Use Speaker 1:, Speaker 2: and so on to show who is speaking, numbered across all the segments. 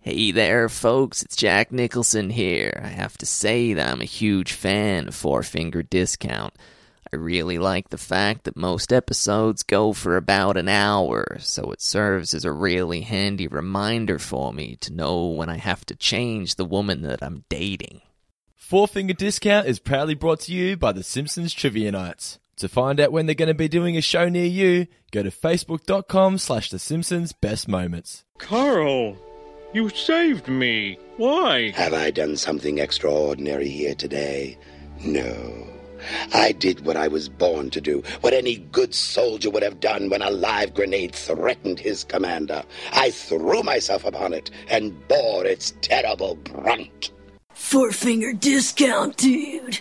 Speaker 1: Hey there, folks, it's Jack Nicholson here. I have to say that I'm a huge fan of Four Finger Discount. I really like the fact that most episodes go for about an hour, so it serves as a really handy reminder for me to know when I have to change the woman that I'm dating.
Speaker 2: Four Finger Discount is proudly brought to you by The Simpsons Trivia Nights. To find out when they're going to be doing a show near you, go to facebook.com slash The Simpsons Best Moments.
Speaker 3: Carl, you saved me. Why?
Speaker 4: Have I done something extraordinary here today? No. I did what I was born to do, what any good soldier would have done when a live grenade threatened his commander. I threw myself upon it and bore its terrible brunt.
Speaker 5: Four finger discount, dude.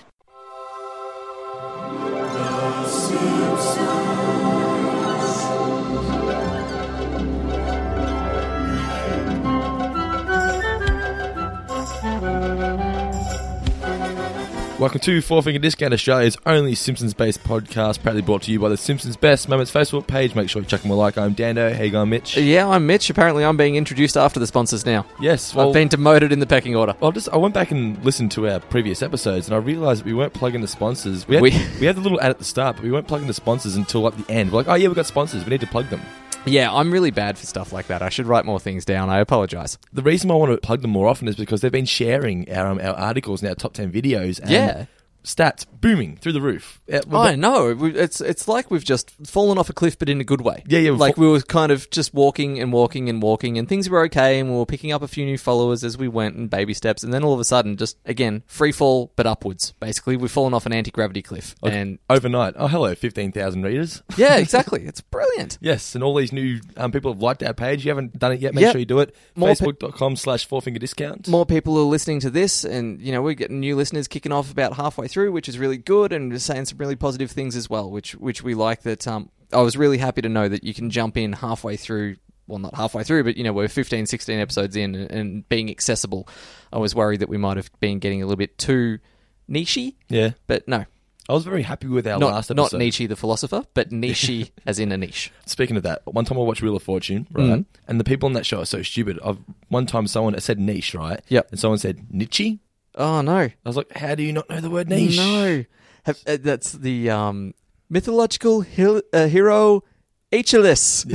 Speaker 2: Welcome to Four Finger Discount, Australia's only Simpsons-based podcast, proudly brought to you by The Simpsons Best Moments Facebook page. Make sure you chuck them a like. I'm Dando. How you going, Mitch?
Speaker 1: Yeah, I'm Mitch. Apparently, I'm being introduced after the sponsors now.
Speaker 2: Yes, well-
Speaker 1: I've been demoted in the pecking order.
Speaker 2: Well, just I went back and listened to our previous episodes, and I realised that we weren't plugging the sponsors. We had, we,
Speaker 1: We-
Speaker 2: had the little ad at the start, but we weren't plugging the sponsors until like the end. We're like, oh yeah, we got sponsors. We need to plug them.
Speaker 1: Yeah, I'm really bad for stuff like that. I should write more things down. I apologize.
Speaker 2: The reason why I want to plug them more often is because they've been sharing our um, our articles and our top ten videos. And
Speaker 1: Yeah.
Speaker 2: stats booming through the roof. Uh, we've
Speaker 1: I
Speaker 2: got-
Speaker 1: know. We- It's it's like we've just fallen off a cliff, but in a good way.
Speaker 2: Yeah, yeah, we've
Speaker 1: Like
Speaker 2: fa-
Speaker 1: we were kind of just walking and walking and walking, and things were okay, and we were picking up a few new followers as we went and baby steps, and then all of a sudden, just again, free fall but upwards. Basically, we've fallen off an anti gravity cliff, and
Speaker 2: overnight, oh hello, fifteen thousand readers.
Speaker 1: yeah, exactly. It's brilliant.
Speaker 2: Yes, and all these new um, people have liked our page. You haven't done it yet. Make
Speaker 1: Yep.
Speaker 2: sure you do it.
Speaker 1: More pe-
Speaker 2: Facebook.com slash four finger discount.
Speaker 1: More people are listening to this, and you know we're getting new listeners kicking off about halfway through, which is really good, and just saying some really positive things as well, which which we like. That um, I was really happy to know that you can jump in halfway through. Well, not halfway through, but you know we're 15, 16 episodes in, and, and being accessible. I was worried that we might have been getting a little bit too nichey,
Speaker 2: Yeah.
Speaker 1: but no,
Speaker 2: I was very happy with our last
Speaker 1: not not
Speaker 2: episode.
Speaker 1: Nietzsche the philosopher, but nichey as in a niche.
Speaker 2: Speaking of that, one time I watched Wheel of Fortune,
Speaker 1: Mm-hmm.
Speaker 2: right? And the people on that show are so stupid. I've, one time someone said niche, right?
Speaker 1: Yep.
Speaker 2: And someone said niche.
Speaker 1: Oh no,
Speaker 2: I was like, how do you not know the word niche?
Speaker 1: No, Have, uh, that's the um, mythological hil- uh, hero Aeschylus.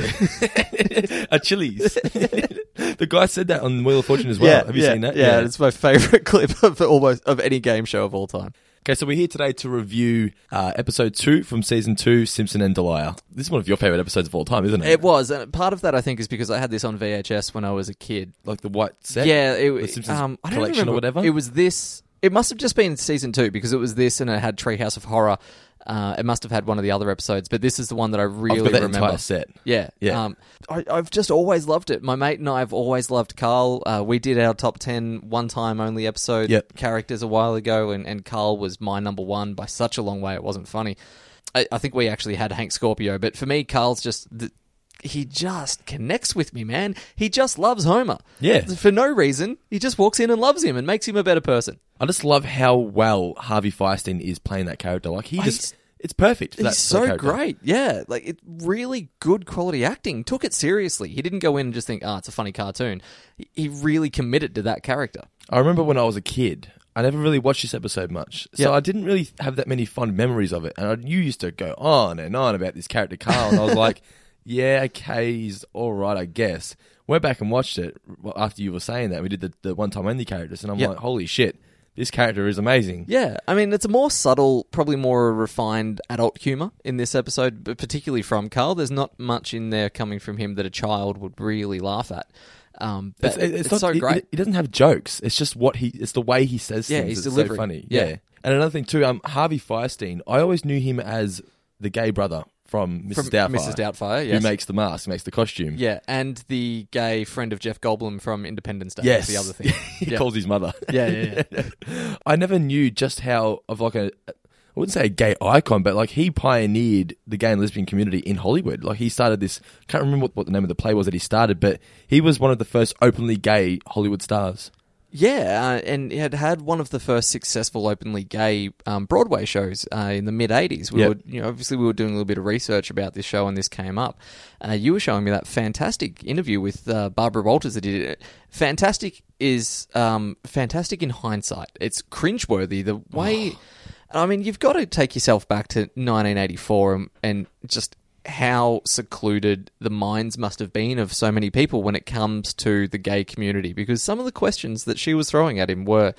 Speaker 2: A Chili's. the guy said that on Wheel of Fortune as well. Have you
Speaker 1: yeah,
Speaker 2: seen that?
Speaker 1: Yeah, it's my favorite clip of almost of any game show of all time.
Speaker 2: Okay, so we're here today to review uh, episode two from season two, Simpson and Delia. This is one of your favorite episodes of all time, isn't it?
Speaker 1: It was, and part of that I think is because I had this on VHS when I was a kid.
Speaker 2: like the white set.
Speaker 1: Yeah, it
Speaker 2: the
Speaker 1: was.
Speaker 2: Simpsons
Speaker 1: Um, I don't
Speaker 2: collection
Speaker 1: remember.
Speaker 2: or whatever.
Speaker 1: It was this. It must have just been season two because it was this, and it had Treehouse of Horror. Uh, it must have had one of the other episodes, but this is the one that I really
Speaker 2: I've got that
Speaker 1: remember.
Speaker 2: entire set.
Speaker 1: Yeah,
Speaker 2: Yeah.
Speaker 1: Um, I, I've just always loved it. My mate and I have always loved Carl. Uh, we did our top ten one time only episode
Speaker 2: Yep.
Speaker 1: characters a while ago, and, and Carl was my number one by such a long way. It wasn't funny. I, I think we actually had Hank Scorpio, but for me, Carl's just. The, he just connects with me, man. He just loves Homer.
Speaker 2: Yeah.
Speaker 1: For no reason. He just walks in and loves him and makes him a better person.
Speaker 2: I just love how well Harvey Feinstein is playing that character. Like he
Speaker 1: Oh,
Speaker 2: just,
Speaker 1: he's-
Speaker 2: it's perfect. for that-
Speaker 1: He's
Speaker 2: for that
Speaker 1: so
Speaker 2: character.
Speaker 1: great. Yeah. Like, it really good quality acting. Took it seriously. He didn't go in and just think, ah, it's a funny cartoon. He- He really committed to that character.
Speaker 2: I remember when I was a kid, I never really watched this episode much, so
Speaker 1: Yeah.
Speaker 2: I didn't really have that many fond memories of it. And I, you used to go on and on about this character Carl, and I was like, "Yeah, okay, he's all right, I guess." Went back and watched it well, after you were saying that. We did the, the one time only characters, and I'm
Speaker 1: Yeah.
Speaker 2: like, "Holy shit, this character is amazing!"
Speaker 1: Yeah. I mean, it's a more subtle, probably more refined adult humor in this episode, but particularly from Carl. There's not much in there coming from him that a child would really laugh at. Um, but
Speaker 2: It's,
Speaker 1: it's,
Speaker 2: it- it's not-
Speaker 1: so
Speaker 2: it-
Speaker 1: great.
Speaker 2: It, it doesn't have jokes. It's just what he. It's the way he says
Speaker 1: Yeah,
Speaker 2: things.
Speaker 1: his
Speaker 2: it's so
Speaker 1: delivery.
Speaker 2: funny. Yeah.
Speaker 1: Yeah.
Speaker 2: And another thing too, um, Harvey Fierstein. I always knew him as the gay brother from Mrs.
Speaker 1: From
Speaker 2: Doubtfire.
Speaker 1: Mrs. Doubtfire, yes.
Speaker 2: Who makes the mask? Makes the costume.
Speaker 1: yeah, and the gay friend of Jeff Goldblum from Independence Day.
Speaker 2: Yes.
Speaker 1: is the other thing.
Speaker 2: he
Speaker 1: yeah.
Speaker 2: calls his mother.
Speaker 1: yeah, yeah, yeah.
Speaker 2: I never knew just how of like a. I wouldn't say a gay icon, but like he pioneered the gay and lesbian community in Hollywood. Like he started this. Can't remember what, what the name of the play was that he started, but he was one of the first openly gay Hollywood stars.
Speaker 1: Yeah, uh, and it had had one of the first successful openly gay um, Broadway shows uh, in the mid '80s. We
Speaker 2: Yep.
Speaker 1: were, you know, obviously we were doing a little bit of research about this show, and this came up. Uh, you were showing me that fantastic interview with uh, Barbara Walters that did it. Fantastic is um, fantastic in hindsight. It's cringeworthy the way. I mean, you've got to take yourself back to 1984 and, and just how secluded the minds must have been of so many people when it comes to the gay community because some of the questions that she was throwing at him were,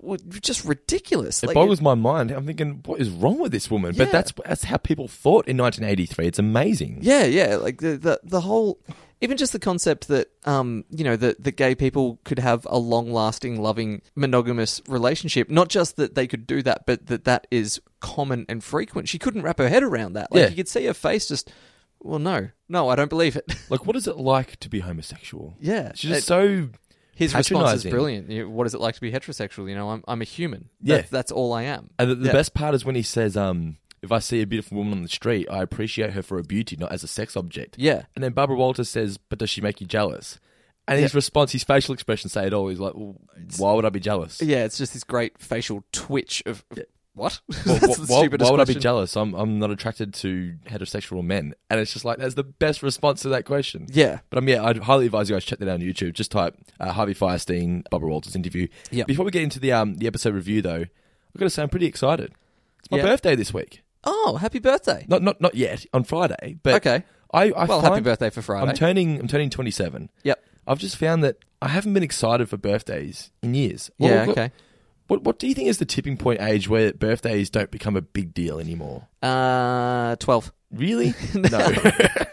Speaker 1: were just ridiculous.
Speaker 2: It
Speaker 1: Like,
Speaker 2: boggles my mind. I'm thinking, what is wrong with this woman?
Speaker 1: Yeah.
Speaker 2: But that's that's how people thought in 1983. It's amazing.
Speaker 1: Yeah, yeah. Like the the, the whole, even just the concept that um you know that that gay people could have a long lasting, loving, monogamous relationship. Not just that they could do that, but that that is common and frequent. She couldn't wrap her head around that. Like
Speaker 2: Yeah.
Speaker 1: you could see her face just. Well, no, no, I don't believe it.
Speaker 2: Like, what is it like to be homosexual?
Speaker 1: Yeah,
Speaker 2: she's just
Speaker 1: it-
Speaker 2: so.
Speaker 1: His response is
Speaker 2: patronising.
Speaker 1: brilliant. You- What is it like to be heterosexual? You know, I'm I'm a human.
Speaker 2: Yeah.
Speaker 1: That- that's all I am.
Speaker 2: And the, the
Speaker 1: Yeah.
Speaker 2: best part is when he says, um, if I see a beautiful woman on the street, I appreciate her for her beauty, not as a sex object.
Speaker 1: Yeah.
Speaker 2: And then Barbara Walters says, but does she make you jealous? And his response, his facial expression say it all. He's like, well, why would I be jealous?
Speaker 1: Yeah, it's just this great facial twitch of what?
Speaker 2: Well,
Speaker 1: That's
Speaker 2: wh-
Speaker 1: the
Speaker 2: why, why would
Speaker 1: stupidest
Speaker 2: I be
Speaker 1: question.
Speaker 2: jealous? I'm, I'm not attracted to heterosexual men. And it's just like, that's the best response to that question.
Speaker 1: Yeah.
Speaker 2: But um, yeah, I'd highly advise you guys check that out on YouTube. Just type uh, Harvey Firestein, Barbara Walters interview.
Speaker 1: Yeah.
Speaker 2: Before we get into the um the episode review, though, I've got to say I'm pretty excited. It's my
Speaker 1: Yeah.
Speaker 2: birthday this week.
Speaker 1: Oh, happy birthday!
Speaker 2: Not not not yet on Friday, but
Speaker 1: Okay.
Speaker 2: I, I
Speaker 1: well, happy
Speaker 2: find-
Speaker 1: birthday for Friday.
Speaker 2: I'm turning I'm turning 27.
Speaker 1: Yep.
Speaker 2: I've just found that I haven't been excited for birthdays in years. What-
Speaker 1: Yeah.
Speaker 2: what-
Speaker 1: okay.
Speaker 2: What what do you think is the tipping point age where birthdays don't become a big deal anymore?
Speaker 1: Uh, twelve.
Speaker 2: Really? no.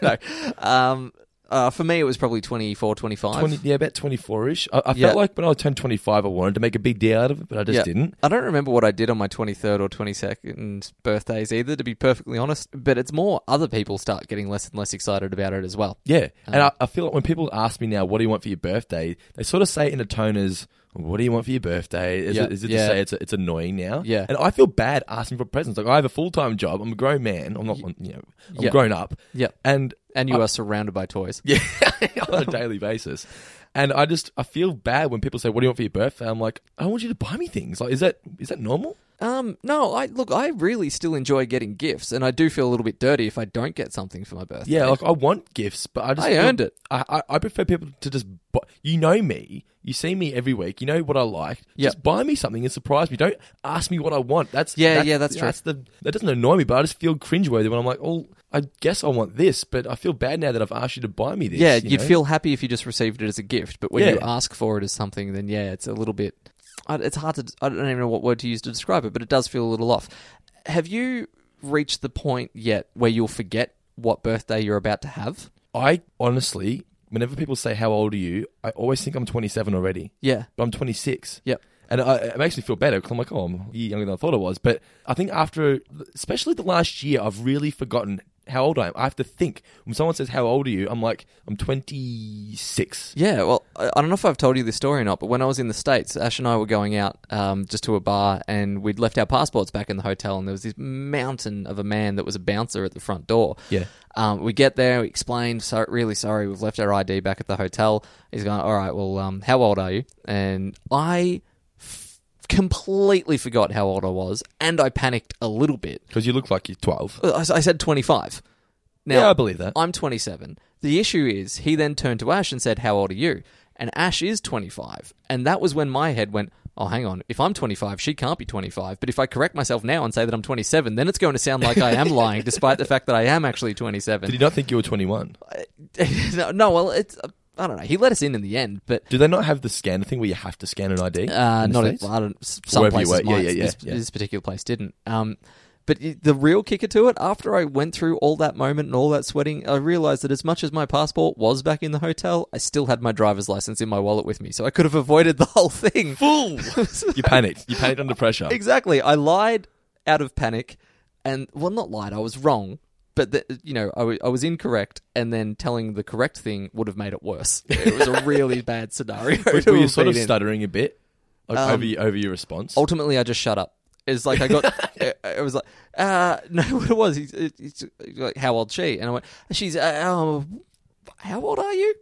Speaker 2: no.
Speaker 1: Um, uh, for me, it was probably 24, 25.
Speaker 2: 20, yeah, about 24 ish. I, I
Speaker 1: Yeah.
Speaker 2: felt like when I turned 25, I wanted to make a big deal out of it, but I just
Speaker 1: Yeah.
Speaker 2: didn't.
Speaker 1: I don't remember what I did on my 23rd or 22nd birthdays either, to be perfectly honest. But it's more other people start getting less and less excited about it as well.
Speaker 2: Yeah. and
Speaker 1: Uh.
Speaker 2: I, I feel like when people ask me now, what do you want for your birthday? They sort of say it in a tone as, what do you want for your birthday? Is
Speaker 1: Yeah.
Speaker 2: it, is it
Speaker 1: Yeah.
Speaker 2: to say it's, it's annoying now?
Speaker 1: Yeah.
Speaker 2: And I feel bad asking for presents. Like, I have a full time job. I'm a grown man. I'm not, you know, I'm
Speaker 1: Yeah.
Speaker 2: grown up.
Speaker 1: Yeah.
Speaker 2: And
Speaker 1: And you are surrounded by toys.
Speaker 2: Uh, yeah, on a daily basis. And I just, I feel bad when people say, what do you want for your birthday? I'm like, I want you to buy me things. Like, is that, is that normal?
Speaker 1: Um, no, I look, I really still enjoy getting gifts, and I do feel a little bit dirty if I don't get something for my birthday.
Speaker 2: Yeah, like I want gifts, but I just
Speaker 1: I
Speaker 2: feel-
Speaker 1: earned it.
Speaker 2: I, I, I prefer people to just buy, you know me, you see me every week, you know what I like.
Speaker 1: Yeah.
Speaker 2: Just buy me something and surprise me. Don't ask me what I want. That's
Speaker 1: Yeah, yeah, that's true.
Speaker 2: That's the that doesn't annoy me, but I just feel cringeworthy when I'm like, oh, I guess I want this, but I feel bad now that I've asked you to buy me this.
Speaker 1: Yeah,
Speaker 2: you
Speaker 1: you'd
Speaker 2: know?
Speaker 1: feel happy if you just received it as a gift, but when you
Speaker 2: Yeah.
Speaker 1: ask for it as something, then yeah, it's a little bit. I- It's hard to. I don't even know what word to use to describe it, but it does feel a little off. Have you reached the point yet where you'll forget what birthday you're about to have?
Speaker 2: I honestly, whenever people say how old are you, I always think I'm 27 already.
Speaker 1: Yeah.
Speaker 2: but I'm 26.
Speaker 1: Yep.
Speaker 2: And I, it makes me feel better because I'm like, oh, I'm a year younger than I thought I was. But I think after, especially the last year, I've really forgotten how old I am. I have to think. When someone says, how old are you? I'm like, I'm 26.
Speaker 1: Yeah, well, I I don't know if I've told you this story or not, but when I was in the States, Ash and I were going out um, just to a bar and we'd left our passports back in the hotel, and there was this mountain of a man that was a bouncer at the front door.
Speaker 2: Yeah.
Speaker 1: Um, we get there, we explain, so, really sorry, we've left our ID back at the hotel. He's going, all right, well, um, how old are you? And I f- completely forgot how old I was, and I panicked a little bit.
Speaker 2: Because you look like you're 12.
Speaker 1: I, I said 25. Now,
Speaker 2: yeah, I believe that.
Speaker 1: I'm 27. The issue is, he then turned to Ash and said, How old are you? And Ash is 25. And that was when my head went, Oh, hang on. If I'm 25, she can't be 25. But if I correct myself now and say that I'm 27, then it's going to sound like I am lying, despite the fact that I am actually 27.
Speaker 2: Did you not think you were 21?
Speaker 1: no, no, well, it's. Uh, I don't know. He let us in in the end, but
Speaker 2: Do they not have the scanner thing where you have to scan an ID?
Speaker 1: uh,
Speaker 2: in the
Speaker 1: not
Speaker 2: States?
Speaker 1: well, I don't, s- some
Speaker 2: Wherever you
Speaker 1: places
Speaker 2: were. Yeah,
Speaker 1: might.
Speaker 2: yeah, yeah,
Speaker 1: this,
Speaker 2: yeah.
Speaker 1: this particular place didn't. Um, but y- the real kicker to it, after I went through all that moment and all that sweating, I realized that as much as my passport was back in the hotel, I still had my driver's license in my wallet with me, so I could have avoided the whole thing. Fool!
Speaker 2: You panicked. You panicked under pressure.
Speaker 1: exactly. I lied out of panic, and well, not lied. I was wrong, but the, you know, I wa- I was incorrect, and then telling the correct thing would have made it worse. It was a really bad scenario. to
Speaker 2: Were you
Speaker 1: have
Speaker 2: sort of
Speaker 1: been in. Um,
Speaker 2: stuttering a bit like, over, your, over your response?
Speaker 1: ultimately I just shut up. It's like I got, I, I was like, uh, no, what it was, he's, he's like, how old she? And I went, she's, uh, um, how old are you?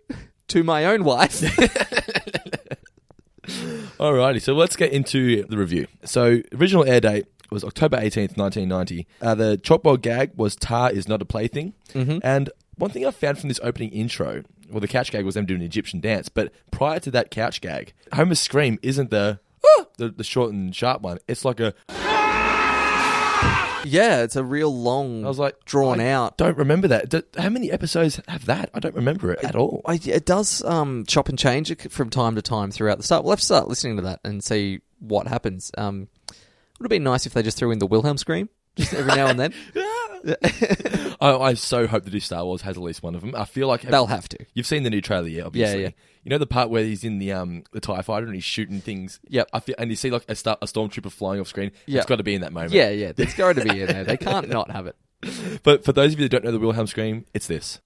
Speaker 1: To my own wife.
Speaker 2: Alrighty, so let's get into the review. So, original air date was October 18th, 1990. Uh, the chalkboard gag was Tar is not a plaything.
Speaker 1: Mm-hmm.
Speaker 2: And one thing I found from this opening intro, well, the couch gag was them doing an Egyptian dance, but prior to that couch gag, Homer's scream isn't the, "Ah!" the, the short and sharp one. It's like a,
Speaker 1: Yeah, it's a real long.
Speaker 2: I was like,
Speaker 1: drawn
Speaker 2: I
Speaker 1: out.
Speaker 2: Don't remember that. Do- how many episodes have that? I don't remember it at all.
Speaker 1: I, it does um, chop and change it from time to time throughout the start. We'll have to start listening to that and see what happens. Um, would have been nice if they just threw in the Wilhelm scream just every now and then.
Speaker 2: I, I so hope the new Star Wars has at least one of them. I feel like
Speaker 1: They'll have to.
Speaker 2: You've seen the new trailer, yeah? Obviously.
Speaker 1: yeah.
Speaker 2: You know the part where he's in the um the Tie Fighter and he's shooting things.
Speaker 1: Yep.
Speaker 2: I feel, and you see like a, star, a stormtrooper flying off screen.
Speaker 1: Yep.
Speaker 2: It's got to be in that moment.
Speaker 1: Yeah, yeah, it's going to be in there. They can't not have it.
Speaker 2: But for those of you that don't know the Wilhelm scream, it's this.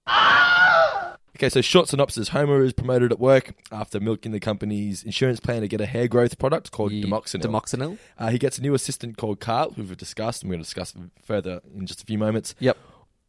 Speaker 2: Okay, so short synopsis. Homer is promoted at work after milking the company's insurance plan to get a hair growth product called Demoxenil.
Speaker 1: Demoxenil.
Speaker 2: Uh, he gets a new assistant called Carl, who we've discussed, and we're going to discuss further in just a few moments.
Speaker 1: Yep.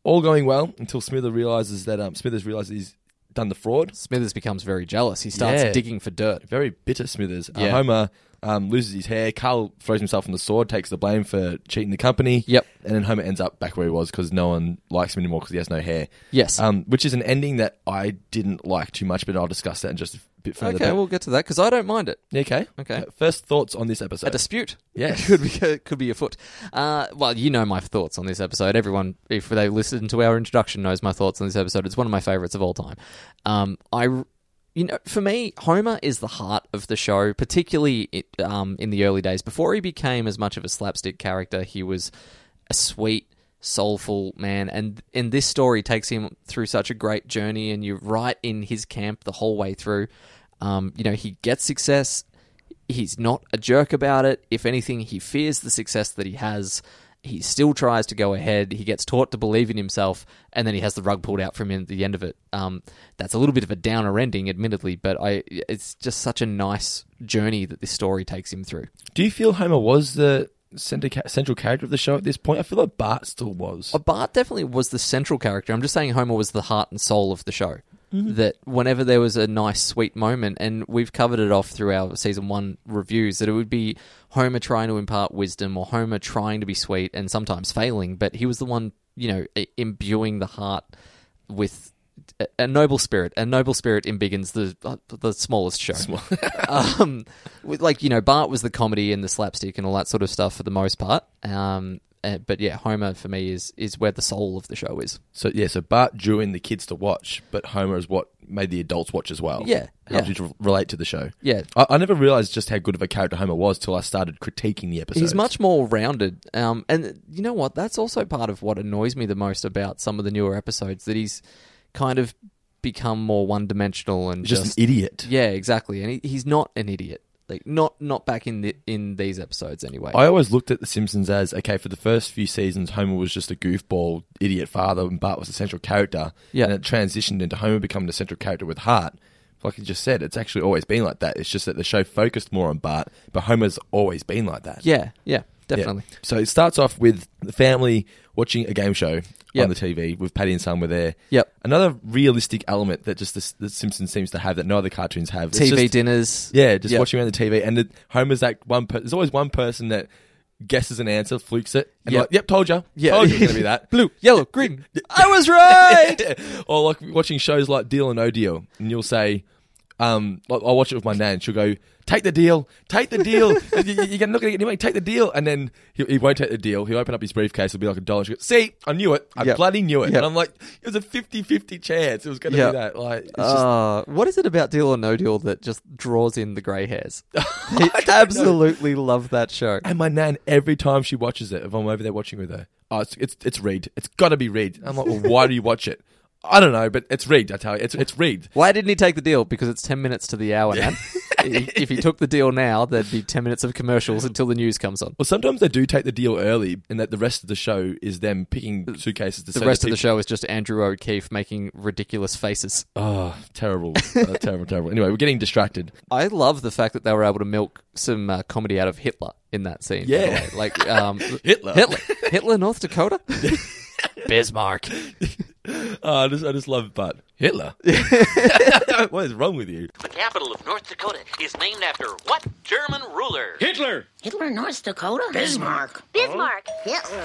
Speaker 2: All going well until Smither realizes that um, Smithers realizes he's done the fraud.
Speaker 1: Smithers becomes very jealous. He starts
Speaker 2: Yeah.
Speaker 1: digging for dirt.
Speaker 2: Very bitter Smithers. Uh,
Speaker 1: Yeah.
Speaker 2: Homer um, loses his hair. Carl throws himself on the sword, takes the blame for cheating the company.
Speaker 1: Yep.
Speaker 2: And then Homer ends up back where he was because no one likes him anymore because he has no hair.
Speaker 1: Yes.
Speaker 2: Um, which is an ending that I didn't like too much, but I'll discuss that in just a bit further.
Speaker 1: Okay,
Speaker 2: But-
Speaker 1: we'll get to that because I don't mind it.
Speaker 2: Yeah, okay.
Speaker 1: Okay.
Speaker 2: Uh, First thoughts on this episode.
Speaker 1: A dispute.
Speaker 2: Yes.
Speaker 1: could be could be afoot. Uh, well, you know my thoughts on this episode. Everyone, if they listened to our introduction, knows my thoughts on this episode. It's one of my favorites of all time. Um, I, you know, for me, Homer is the heart of the show, particularly it, um, in the early days before he became as much of a slapstick character. He was a sweet, soulful man, and and this story takes him through such a great journey, and you're right in his camp the whole way through. Um, you know, he gets success he's not a jerk about it. If anything, he fears the success that he has. He still tries to go ahead. He gets taught to believe in himself, and then he has the rug pulled out from him at the end of it. Um, that's a little bit of a downer ending, admittedly, but I it's just such a nice journey that this story takes him through.
Speaker 2: Do you feel Homer was the center ca- central character of the show at this point? I feel like Bart still was.
Speaker 1: Uh, Bart definitely was the central character. I'm just saying Homer was the heart and soul of the show. That whenever there was a nice, sweet moment, and we've covered it off through our season one reviews, that it would be Homer trying to impart wisdom or Homer trying to be sweet and sometimes failing, but he was the one, you know, i- imbuing the heart with a- a noble spirit. A noble spirit embiggens the uh, the smallest show. um, with, like you know, Bart was the comedy and the slapstick and all that sort of stuff for the most part. Um, uh, but yeah, Homer for me is is where the soul of the show is.
Speaker 2: So yeah, so Bart drew in the kids to watch, but Homer is what made the adults watch as well.
Speaker 1: Yeah,
Speaker 2: helped
Speaker 1: yeah.
Speaker 2: you to re- relate to the show.
Speaker 1: Yeah.
Speaker 2: I, I never realized just how good of a character Homer was till I started critiquing the episode.
Speaker 1: He's much more rounded, um, and you know what? That's also part of what annoys me the most about some of the newer episodes that he's kind of become more one dimensional and
Speaker 2: just,
Speaker 1: just,
Speaker 2: an idiot.
Speaker 1: yeah, exactly. And he, he's not an idiot. Like not not back in the, in these episodes anyway.
Speaker 2: I always looked at The Simpsons as okay. For the first few seasons, Homer was just a goofball, idiot father, and Bart was the central character.
Speaker 1: Yeah.
Speaker 2: and it transitioned into Homer becoming the central character with heart. Like you just said, it's actually always been like that. It's just that the show focused more on Bart, but Homer's always been like that.
Speaker 1: yeah, yeah,
Speaker 2: Yeah.
Speaker 1: definitely.
Speaker 2: So it starts off with the family watching a game show
Speaker 1: Yep.
Speaker 2: on the TV with Patty and Son were there.
Speaker 1: Yep.
Speaker 2: Another realistic element that just the, the Simpsons seems to have that no other cartoons have. It's
Speaker 1: TV
Speaker 2: just-
Speaker 1: dinners.
Speaker 2: Yeah, just
Speaker 1: Yep.
Speaker 2: watching around the TV, and the, Homer's that one. Per- there's always one person that guesses an answer, flukes it, and
Speaker 1: Yep.
Speaker 2: like, "Yep, told you,
Speaker 1: Yeah.
Speaker 2: told you it's gonna be that."
Speaker 1: Blue, yellow, green. I was right.
Speaker 2: or like watching shows like Deal or No Deal, and you'll say, um, like, I'll watch it with my nan. She'll go, "Take the deal, take the deal. you, you- you're not going to get anyway. Take the deal." And then he, he won't take the deal. He'll open up his briefcase. It'll be like a dollar. She'll go, "See, I knew it. I
Speaker 1: Yep.
Speaker 2: bloody knew it."
Speaker 1: Yep.
Speaker 2: And I'm like, "It was a 50-50 chance. It was going to
Speaker 1: Yep.
Speaker 2: be that." Like, it's just,
Speaker 1: Uh, what is it about Deal or No Deal that just draws in the grey hairs? I absolutely love that show.
Speaker 2: and my nan every time she watches it, if I'm over there watching with her, oh, it's it's, it's Reed. It's got to be Reed. I'm like, "Well, why do you watch it?" I don't know, but it's Reed. I tell you, it's it's Reed.
Speaker 1: Why didn't he take the deal? Because it's 10 minutes to the hour, man. I- if he took the deal now, there'd be 10 minutes of commercials until the news comes on.
Speaker 2: Well, sometimes they do take the deal early, and that the rest of the show is them picking suitcases. To
Speaker 1: The rest of the show is just Andrew O'Keefe making ridiculous faces.
Speaker 2: Oh, terrible, Uh, terrible, terrible. Anyway, we're getting distracted.
Speaker 1: I love the fact that they were able to milk some uh, comedy out of Hitler in that scene. by the
Speaker 2: Yeah.
Speaker 1: way. like um,
Speaker 2: Hitler.
Speaker 1: Hitler, Hitler, North Dakota, Bismarck. Ah,
Speaker 2: Oh, I just, I just love Bart Hitler. what is wrong with you?
Speaker 6: The capital of North Dakota is named after what German ruler?
Speaker 3: Hitler!
Speaker 7: Hitler, North Dakota? Bismarck.
Speaker 8: Bismarck.
Speaker 7: Hitler.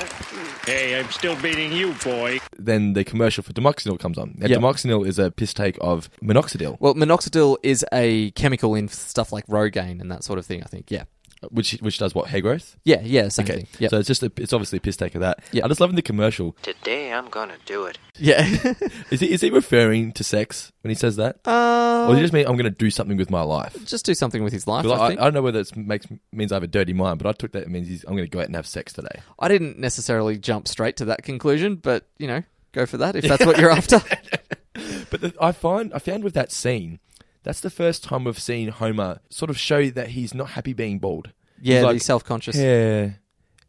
Speaker 3: Hey, I'm still beating you, boy.
Speaker 2: Then the commercial for Demoxenil comes on. Now,
Speaker 1: Yeah.
Speaker 2: Demoxenil is a piss take of minoxidil,
Speaker 1: Well, minoxidil is a chemical in stuff like Rogaine and that sort of thing. I think. Yeah.
Speaker 2: which which does what hair growth.
Speaker 1: Yeah. Yeah. Same thing. Yep.
Speaker 2: So it's just a, it's obviously a piss take of that.
Speaker 1: Yeah.
Speaker 2: I'm just loving the commercial.
Speaker 6: Today I'm gonna do it.
Speaker 1: yeah.
Speaker 2: Is he is he referring to sex when he says that,
Speaker 1: Uh,
Speaker 2: or does he just mean I'm going to do something with my life?
Speaker 1: Just do something with his life.
Speaker 2: 'Cause I,
Speaker 1: I
Speaker 2: I,
Speaker 1: think.
Speaker 2: don't know whether it makes means I have a dirty mind, but I took that it means he's, I'm going to go out and have sex today.
Speaker 1: I didn't necessarily jump straight to that conclusion, but you know, go for that if that's what you're after.
Speaker 2: But the, I find I found with that scene, that's the first time we've seen Homer sort of show that he's not happy being bald.
Speaker 1: Yeah,
Speaker 2: he's
Speaker 1: the
Speaker 2: like,
Speaker 1: self-conscious.
Speaker 2: hair,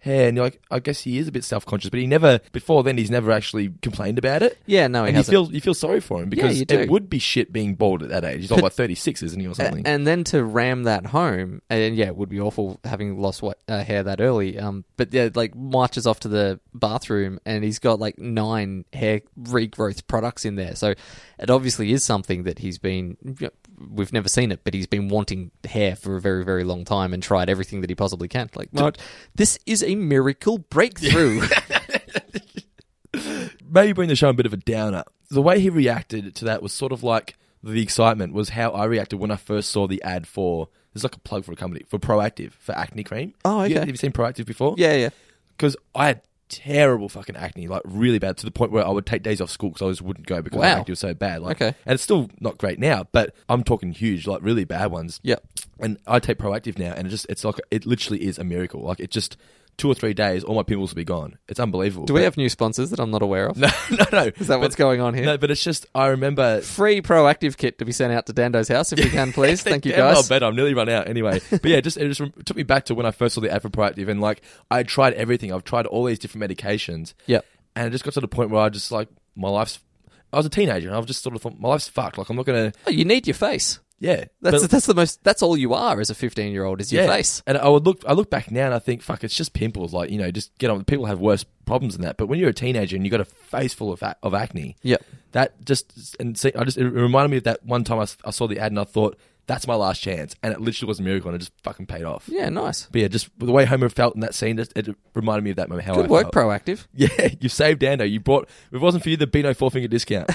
Speaker 2: hair, and you're like, I guess he is a bit self conscious, but he never before then he's never actually complained about it.
Speaker 1: Yeah, no, he
Speaker 2: and
Speaker 1: hasn't.
Speaker 2: you feel you feel sorry for him because
Speaker 1: you do.
Speaker 2: it would be shit being bald at that age. He's not like 36, isn't he, or
Speaker 1: A-
Speaker 2: something?
Speaker 1: and then to ram that home, and yeah, it would be awful having lost what, uh, hair that early. Um, but yeah, like marches off to the bathroom, and he's got like nine hair regrowth products in there. So it obviously is something that he's been. you know, We've never seen it, but he's been wanting hair for a very, very long time and tried everything that he possibly can. Like, Mark, this is a miracle breakthrough.
Speaker 2: maybe bring the show a bit of a downer. The way he reacted to that was sort of like the excitement was how I reacted when I first saw the ad for. It's like a plug for a company for Proactive for acne cream.
Speaker 1: Oh,
Speaker 2: You-
Speaker 1: okay.
Speaker 2: have you seen Proactive before?
Speaker 1: yeah, yeah.
Speaker 2: because I had terrible fucking acne, like really bad, to the point where I would take days off school because I just wouldn't go because
Speaker 1: Wow.
Speaker 2: my acne was so bad. Like,
Speaker 1: Okay.
Speaker 2: and it's still not great now, but I'm talking huge, like really bad ones.
Speaker 1: Yep.
Speaker 2: And I take proactive now, and it just it's like it literally is a miracle. Like it just two or three days, all my pimples will be gone. It's unbelievable.
Speaker 1: Do we have new sponsors that I'm not aware of?
Speaker 2: no, no, no?
Speaker 1: Is that what's going on here?
Speaker 2: No, but it's just I remember
Speaker 1: Free proactive kit to be sent out to Dando's house if we can, please. Thank you,
Speaker 2: Damn well
Speaker 1: guys.
Speaker 2: better. I'm nearly run out anyway. But yeah, just it just rem- took me back to when I first saw the ad for Proactive, and like I tried everything. I've tried all these different medications.
Speaker 1: Yep.
Speaker 2: And it just got to the point where I just like my life's. I was a teenager, and I've just sort of thought my life's fucked. Like I'm not gonna.
Speaker 1: Oh, you need your face.
Speaker 2: Yeah.
Speaker 1: That's
Speaker 2: But-
Speaker 1: that's the most. That's all you are as a fifteen year old is your face.
Speaker 2: And I would look, I look back now and I think, fuck, it's just pimples. Like you know, just get on. People have worse problems than that. But when you're a teenager and you got a face full of ac- of acne,
Speaker 1: Yep.
Speaker 2: that just and see, I just it reminded me of that one time I, s- I saw the ad and I thought that's my last chance, and it literally was a miracle, and it just fucking paid off.
Speaker 1: Yeah, nice.
Speaker 2: But yeah, just the way Homer felt in that scene, just, it reminded me of that moment. How I
Speaker 1: Good work,
Speaker 2: felt.
Speaker 1: proactive.
Speaker 2: Yeah, you saved Ando. You brought. If it wasn't for you, there'd be no four finger discount.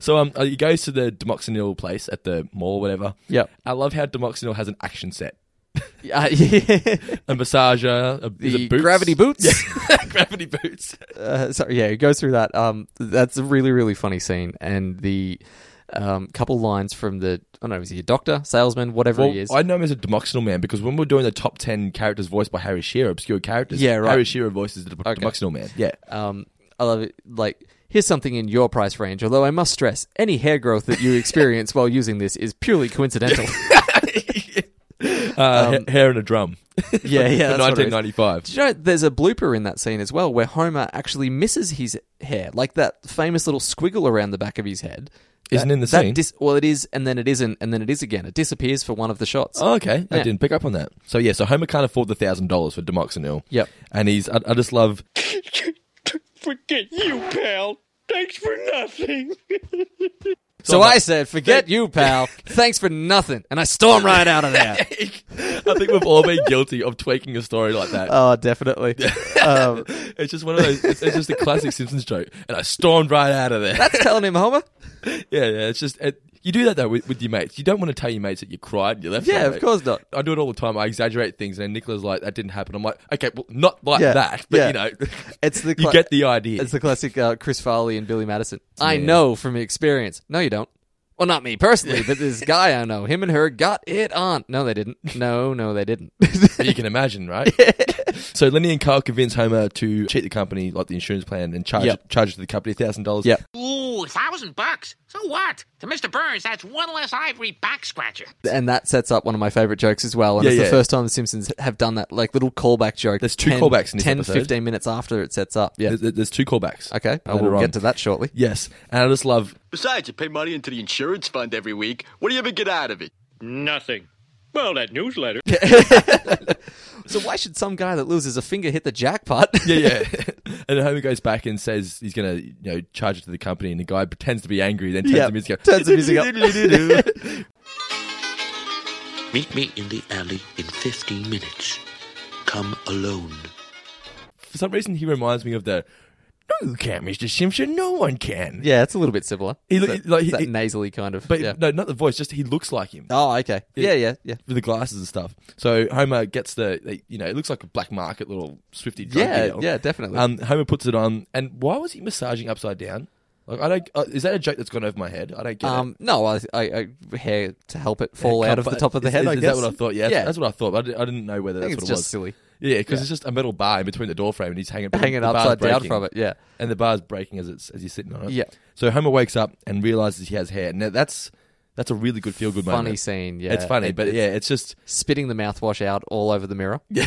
Speaker 2: so um, uh, he goes to the Demoxenil place at the mall, or whatever.
Speaker 1: Yep.
Speaker 2: I love how Demoxenil has an action set,
Speaker 1: Uh, yeah.
Speaker 2: a massager, a, is
Speaker 1: The
Speaker 2: it boots?
Speaker 1: gravity boots.
Speaker 2: gravity boots.
Speaker 1: Uh, sorry, yeah, it goes through that. Um, that's a really really funny scene, and the um couple lines from the I don't know is he a doctor, salesman, whatever
Speaker 2: Well,
Speaker 1: he is.
Speaker 2: I know him as a Demoxenil man because when we we're doing the top ten characters voiced by Harry Shearer, obscure characters,
Speaker 1: Yeah, right.
Speaker 2: Harry Shearer voices the Demoxenil man. Yeah,
Speaker 1: Um, I love it. Like, here's something in your price range. Although I must stress, any hair growth that you experience while using this is purely coincidental.
Speaker 2: uh, ha- hair and a drum.
Speaker 1: um, yeah, yeah. that's what it
Speaker 2: nineteen
Speaker 1: is.
Speaker 2: ninety five.
Speaker 1: Do you know there's a blooper in that scene as well where Homer actually misses his hair, like that famous little squiggle around the back of his head.
Speaker 2: Isn't
Speaker 1: That-
Speaker 2: in the
Speaker 1: that
Speaker 2: scene?
Speaker 1: Dis- well, it is, and then it isn't, and then it is again. It disappears for one of the shots.
Speaker 2: Oh, okay. I
Speaker 1: Yeah.
Speaker 2: didn't pick up on that. So yeah, so Homer can't afford the thousand dollars for Demoxenil.
Speaker 1: Yep.
Speaker 2: And he's I, I just love
Speaker 3: Forget you, pal. Thanks for nothing.
Speaker 1: so I said, "Forget you, pal. Thanks for nothing," and I storm right out of there.
Speaker 2: I think we've all been guilty of tweaking a story like that.
Speaker 1: oh, definitely. um,
Speaker 2: it's just one of those it's, it's just a classic Simpsons joke. And I stormed right out of there.
Speaker 1: that's telling him, Homer.
Speaker 2: yeah, yeah. It's just it, you do that though with, with your mates. You don't want to tell your mates that you cried and you left.
Speaker 1: Yeah,
Speaker 2: them,
Speaker 1: of
Speaker 2: mate.
Speaker 1: course not.
Speaker 2: I do it all the time. I exaggerate things, and then Nicola's like, "That didn't happen." I'm like, "Okay, well, not like
Speaker 1: Yeah,
Speaker 2: that, but
Speaker 1: yeah.
Speaker 2: you know,
Speaker 1: It's the
Speaker 2: you
Speaker 1: cla-
Speaker 2: get the idea."
Speaker 1: It's the classic uh, Chris Farley and Billy Madison. I
Speaker 2: Yeah.
Speaker 1: know from experience. No, you don't. Well, not me personally, but this guy I know, him and her got it on. No, they didn't. No, no, they didn't.
Speaker 2: But you can imagine, right? so Lenny and Carl convince Homer to cheat the company, like the insurance plan, and charge
Speaker 1: Yep.
Speaker 2: charge the company thousand dollars.
Speaker 1: Yep.
Speaker 6: Ooh, thousand bucks. So what? To Mr. Burns, that's one less ivory back scratcher.
Speaker 1: and that sets up one of my favorite jokes as well. And
Speaker 2: Yeah,
Speaker 1: it's
Speaker 2: yeah.
Speaker 1: the first time the Simpsons have done that, like little callback joke.
Speaker 2: There's two callbacks in this
Speaker 1: 10,
Speaker 2: episode.
Speaker 1: 15 minutes after it sets up. Yeah.
Speaker 2: There's, there's two callbacks.
Speaker 1: Okay. I
Speaker 2: Later
Speaker 1: will
Speaker 2: on.
Speaker 1: get to that shortly.
Speaker 2: Yes, and I just love
Speaker 9: Besides, you pay money into the insurance fund every week. What do you ever get out of it?
Speaker 3: Nothing. Well, that newsletter.
Speaker 1: So why should some guy that loses a finger hit the jackpot?
Speaker 2: Yeah, yeah. and the homie goes back and says he's gonna, you know, charge it to the company, and the guy pretends to be angry, then turns
Speaker 1: Yeah.
Speaker 2: the music up.
Speaker 1: Turns the music up.
Speaker 8: Meet me in the alley in 15 minutes. Come alone.
Speaker 2: For some reason, he reminds me of the. No, you can't, Mister Simpson. No one can.
Speaker 1: yeah, it's a little bit similar.
Speaker 2: He look-
Speaker 1: That-
Speaker 2: like he-
Speaker 1: that
Speaker 2: he-
Speaker 1: nasally kind of.
Speaker 2: But
Speaker 1: yeah.
Speaker 2: no, not the voice. Just he looks like him
Speaker 1: Oh, okay. Yeah, yeah, yeah.
Speaker 2: with the glasses and stuff. So Homer gets the, they- you know, it looks like a black market little Swifty drug
Speaker 1: Yeah,
Speaker 2: deal.
Speaker 1: yeah, definitely.
Speaker 2: Um, Homer puts it on, and why was he massaging upside down? Like I don't. Uh, is that a joke that's gone over my head? I don't get it.
Speaker 1: Um, no, I, I, I hair to help it fall out of the
Speaker 2: Comfort-
Speaker 1: top of the
Speaker 2: is-
Speaker 1: head.
Speaker 2: Is,
Speaker 1: I
Speaker 2: is
Speaker 1: guess.
Speaker 2: that what I thought? Yeah,
Speaker 1: yeah.
Speaker 2: that's, that's what I thought. But I didn't, I didn't know whether
Speaker 1: I think
Speaker 2: that's
Speaker 1: it's
Speaker 2: what it
Speaker 1: just
Speaker 2: was.
Speaker 1: silly.
Speaker 2: Yeah, because it's just a metal bar in between the door frame, and he's hanging
Speaker 1: Hanging
Speaker 2: the bar's
Speaker 1: upside down
Speaker 2: breaking.
Speaker 1: from it, yeah.
Speaker 2: and the bar's breaking as it's as you're sitting on it.
Speaker 1: Yeah.
Speaker 2: So Homer wakes up and realizes he has hair. Now that's that's a really good feel good
Speaker 1: Funny
Speaker 2: moment.
Speaker 1: scene, yeah.
Speaker 2: it's funny,
Speaker 1: It-
Speaker 2: but
Speaker 1: it's-
Speaker 2: yeah, it's just
Speaker 1: Spitting the mouthwash out all over the mirror. Yeah,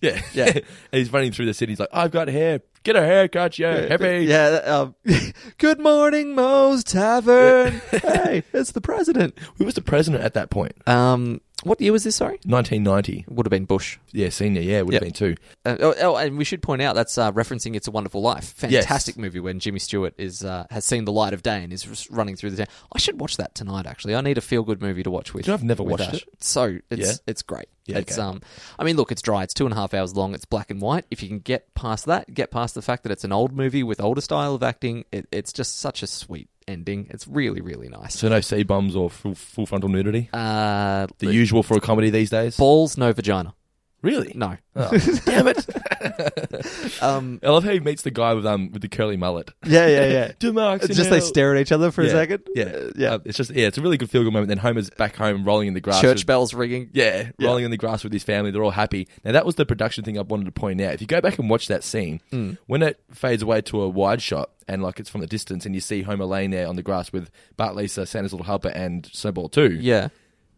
Speaker 2: yeah, yeah. and he's running through the city. He's like, "I've got hair. Get a haircut, yeah, happy."
Speaker 1: yeah. that, Um, Good morning, Moe's Tavern. hey, it's the president.
Speaker 2: Who was the president at that point?
Speaker 1: Um, what year was this? Sorry,
Speaker 2: 1990.
Speaker 1: would have been Bush.
Speaker 2: Yeah, senior. Yeah, would have
Speaker 1: Yep.
Speaker 2: been too.
Speaker 1: Uh, oh, oh, and we should point out that's uh, referencing "It's a Wonderful Life."
Speaker 2: Yes.
Speaker 1: Fantastic movie when Jimmy Stewart is uh, has seen the light of day and is just running through the town. I should watch that tonight. Actually, I need a feel good movie to watch with.
Speaker 2: You know, I've never
Speaker 1: with
Speaker 2: watched
Speaker 1: that.
Speaker 2: it.
Speaker 1: So it's
Speaker 2: Yeah?
Speaker 1: it's great.
Speaker 2: Yeah,
Speaker 1: it's
Speaker 2: okay.
Speaker 1: um, I mean, look, it's dry. It's two and a half hours long. It's black and white. If you can get past that, get past the fact that it's an old movie with older style of acting, it, it's just such a sweet ending. It's really really nice.
Speaker 2: So no C bombs or full, full frontal nudity.
Speaker 1: uh,
Speaker 2: the usual for a comedy these days.
Speaker 1: balls, no vagina.
Speaker 2: really?
Speaker 1: No.
Speaker 2: Oh, damn it!
Speaker 1: Um,
Speaker 2: I love how he meets the guy with um with the curly mullet.
Speaker 1: yeah, yeah, yeah.
Speaker 2: Two marks.
Speaker 1: It's just they stare at each other for
Speaker 2: yeah.
Speaker 1: a second.
Speaker 2: Yeah,
Speaker 1: yeah.
Speaker 2: Uh, it's just yeah, it's a really good feel good moment. Then Homer's back home, rolling in the grass.
Speaker 1: Church
Speaker 2: with-
Speaker 1: bells ringing.
Speaker 2: Yeah,
Speaker 1: Yeah.
Speaker 2: rolling in the grass with his family. They're all happy. Now that was the production thing I wanted to point out. If you go back and watch that scene,
Speaker 1: Hmm.
Speaker 2: when it fades away to a wide shot and like it's from the distance, and you see Homer laying there on the grass with Bart, Lisa, Santa's little helper, and Snowball Two.
Speaker 1: Yeah.